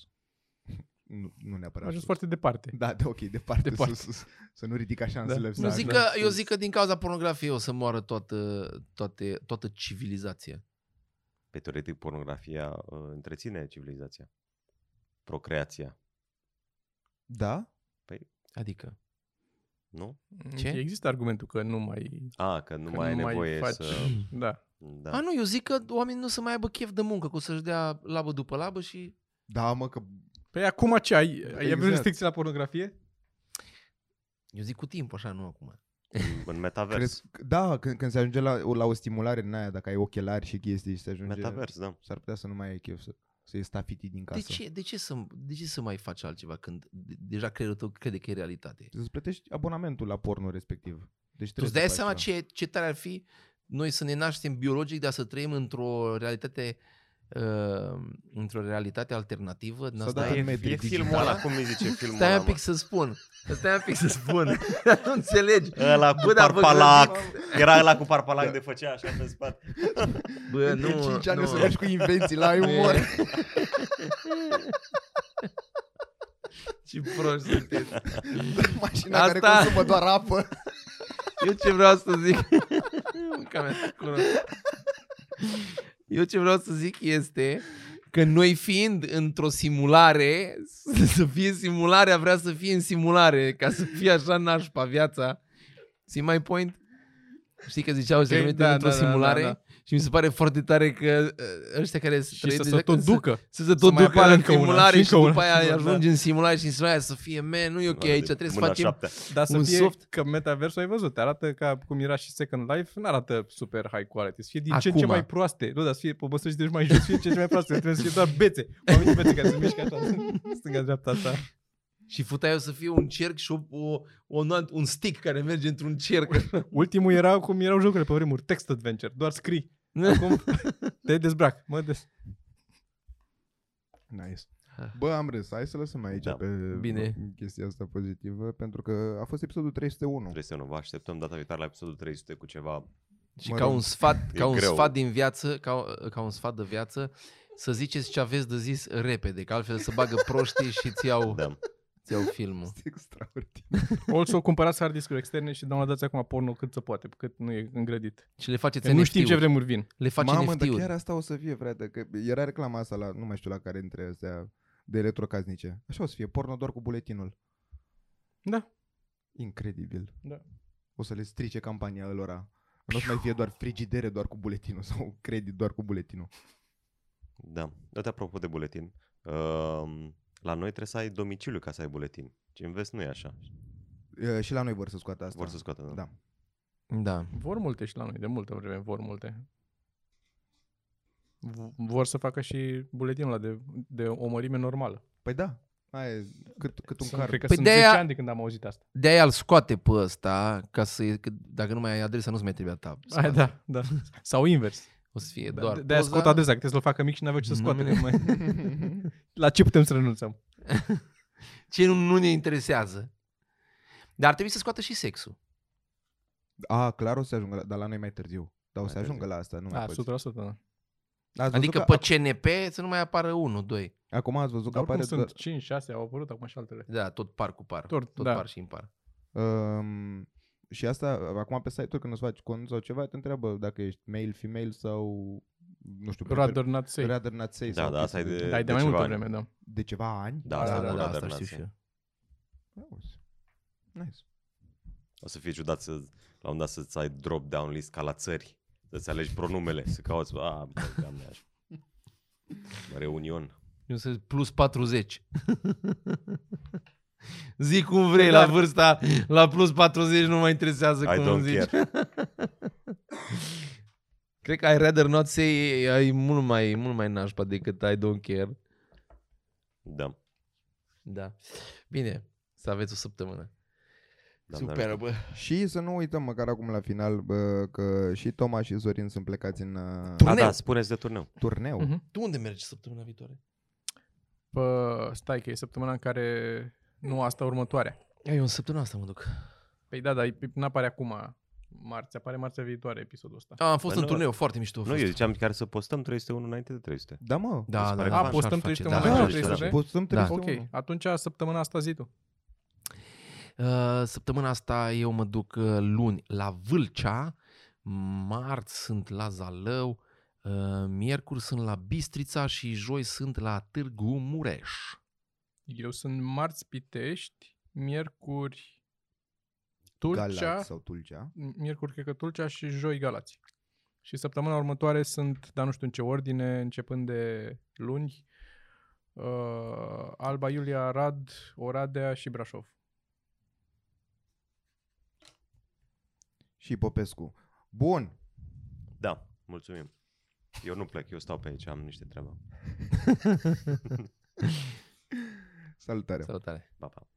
[laughs] Nu, nu neapărat
Am ajuns
sus.
foarte departe.
Da, de ok, departe,
Departe.
departe. Sus, sus. Să nu ridica șansele.
Da.
să
Eu zic,
ajungem
că, eu
sus.
zic că din cauza pornografiei o să moară toată, toate, toată civilizația.
Pe teoretic, pornografia uh, întreține civilizația. Procreația,
Da?
Adică,
nu?
Ce?
Există argumentul că nu mai...
A, că nu
Că
mai ai
nu mai
nevoie
faci.
să...
Da.
Da.
da. a nu, eu zic că oamenii nu o să mai aibă chef de muncă, că o să-și dea labă după labă și...
Da, mă, că...
Păi acum ce ai? Ai exact.
Exact.
avut restricții la pornografie?
Eu zic cu timp, așa, nu acum.
În- În metavers.
Cred, că- da, când, când se ajunge la, o- la o stimulare în aia, dacă ai ochelari și chestii și se ajunge...
Metavers, da.
S-ar putea să nu mai ai chef să, să iei stafitii din
De
casă.
ce, de, ce să, de ce să mai faci altceva când de- deja creierul tău crede că e realitate?
Să-ți plătești abonamentul la pornul respectiv. Deci
Tu
trebuie
îți
să
dai
faci
seama
ceva.
ce, ce tare ar fi noi să ne naștem biologic, dar să trăim într-o realitate uh, într-o realitate alternativă. N-ați
dat
dat-
Da,
în
e,
metri
e filmul
digitale.
ăla, cum îi zice filmul
Stai
ăla,
un pic să spun. Stai un pic să
[laughs]
spun. nu înțelegi.
mă? Ăla cu
Bă, dar vă Da.
parpalac. Era ăla cu parpalac de făcea așa pe spate.
Bă,
Între
nu,
5 ani
nu.
o să mergi cu invenții
[laughs]
la umor. [laughs]
Ce proști sunteți.
Mașina
Asta-
care consumă doar apă.
Eu ce vreau să zic... [laughs] Mânca mea, cură. Eu ce vreau să zic este Că noi fiind într-o simulare, să fie simularea, vrea să fie în simulare, ca să fie așa nașpa viața. See my point? Știi că ziceau
Ok,
să okay,
da,
da, într-o
da, da,
simulare
da, da.
și mi se pare foarte tare că ă, ăștia care
Și să
deja-
se tot
să-
ducă.
să se
Să
tot
mai
ducă
apară
în
încă una,
simulare
și
și
[laughs] încă
după
una.
aia
Da.
ajungi în simulare și în simulare să fie, man, nu e ok aici, trebuie să
Până la
facem...
șaptea.
Dar să
un
fie
soft.
soft. că metaversul ai văzut, te arată ca cum era și Second Life, nu arată super high quality, să fie din ce în ce
Acum.
mai proaste. Nu, dar să fie obosești deci mai jos, să fie din ce în ce mai proaste, trebuie să fie doar bețe. Oamenii bețe care se mișcă așa, [laughs] stânga dreapta așa.
Și futai o să fie un cerc și o, o, o, nant- un stick care merge într-un cerc.
Ultimul era cum erau jocurile pe vremuri, text adventure, doar scrii. Acum te dezbrac, mă des.
Nice. Bă, am râs. Hai să lăsăm aici
Da.
pe
Ah. Bine.
chestia asta pozitivă, pentru că a fost episodul 301.
Trebuie să nu vă așteptăm data viitoare la episodul 300 cu ceva.
[laughs] Și
Mă
ca
rog.
un sfat,
E
ca un
greu.
sfat din viață, ca, ca un sfat de viață, să ziceți ce aveți de zis repede, că altfel se bagă proștii și ți
[laughs]
iau,
Da.
ți iau filmul.
Este extraordinar.
Also, cumpărați hard discuri externe și downloadați acum porno cât se poate, cât nu e îngrădit.
Și le faceți
Că nu știm ce
NFT-uri.
vremuri vin.
Le faci
Mamă, dar
NFT-uri.
chiar asta o să fie, frate, că era reclama asta la, nu mai știu la care dintre astea, de electrocaznice. Așa o să fie, porno doar cu buletinul.
Da.
Incredibil.
Da.
O să le strice campania lor. Nu o să mai fie doar frigidere doar cu buletinul sau credit doar cu buletinul.
Da. Date apropo de buletin. Um, la noi trebuie să ai domiciliu ca să ai buletin. Ce în vest nu e așa.
E, și la noi vor să scoată asta.
Vor să scoată. nu?
Da.
Da.
Vor multe și la noi, de multă vreme vor multe. V- Vor să facă și buletinul ăla de, de o mărime normală.
Păi da. Aia e cât, cât un
Sunt-
car.
Cred că
Păi
sunt
de-aia-
10 ani de când am auzit asta.
De-aia îl scoate pe ăsta, ca să, că dacă nu mai ai adresa, nu-ți mai trebuie a ta.
[laughs] Aia, da, da. Sau invers.
O să fie
Da,
doar
de- de-aia
poza.
scot adesea, că trebuie să-l facă mic și n-aveau ce să scoată.
Numele.
Mai... [laughs] La ce putem să renunțăm?
Ce nu, nu ne interesează. Dar ar trebui să scoată și sexul.
A, clar o să ajungă, la, dar la noi mai târziu. Dar o
Mai
să ajungă
târziu.
la asta, nu mai
Da, 100%.
poți.
Da.
Ați văzut
Adică
că,
pe CNP să nu mai apară 1, 2.
Acum ați văzut că
Dar oricum
apare...
sunt
Sunt...
5, 6, au apărut acum și altele.
Da, tot par cu par.
Tot,
Tot, tot
da.
par și impar.
Um, și asta, acum pe site-uri când îți faci cont sau ceva, te întreabă dacă ești male, female sau, nu știu,
Rather not say.
rather not say.
Da,
sau
da,
chestii
asta e de,
Da, e de mai
ceva
multă
ani.
vreme, da.
De ceva ani?
Da, asta,
da,
da,
da, da,
da,
asta știu și eu.
Auzi. Nice.
O să fie ciudat să, la un moment dat să-ți ai drop-down list ca la țări. Să-ți alegi pronumele, să cauți. A, bă, doamne, așa. Reunion.
Eu să zic
[laughs]
plus 40. Zic cum vrei, la vârsta, la plus 40 nu mă interesează
I
cum îmi
don't
zici.
care.
Cred că ai rather not say, ai mult mai, mult mai nașpa decât I don't care.
Da.
Da. Bine, să aveți o săptămână.
da
Super, bă.
Și să nu uităm măcar acum la final bă, că și Toma și Zorin sunt plecați în uh,
Da,
Turneu.
da, spuneți de turneu.
turneu.
Mhm.
Tu unde mergi săptămâna viitoare?
Pă, stai că e săptămâna în care... Nu, asta următoarea.
Eu în săptămâna asta mă duc.
Păi da, dar nu apare acum marți, apare marțea viitoare episodul ăsta.
A, am fost
Bă,
în
Păi nu-
turneu, foarte mișto a
Nu,
fost.
eu ziceam chiar să postăm 301 înainte de 300.
Da, mă.
da,
se
da,
pare
da,
că
așa
postăm
ar face,
300
da,
mai
da,
mult,
da.
300.
Postăm
Da.
301.
Ok, atunci săptămâna asta zi tu.
Uh, Săptămâna asta eu mă duc uh, luni la Vâlcea, marți sunt la Zalău, uh, miercuri sunt la Bistrița și joi sunt la Târgu Mureș.
Eu sunt marți Pitești, miercuri Tulcea,
Galați sau Tulcea.
miercuri cred că Tulcea și joi Galați. Și săptămâna următoare sunt, dar nu știu în ce ordine, începând de luni, uh, Alba Iulia, Arad, Oradea și Brașov.
Și Popescu. Bun.
Da, mulțumim. Eu nu plec, eu stau pe aici, am niște treabă.
Salutare.
Salutare!
Pa, pa.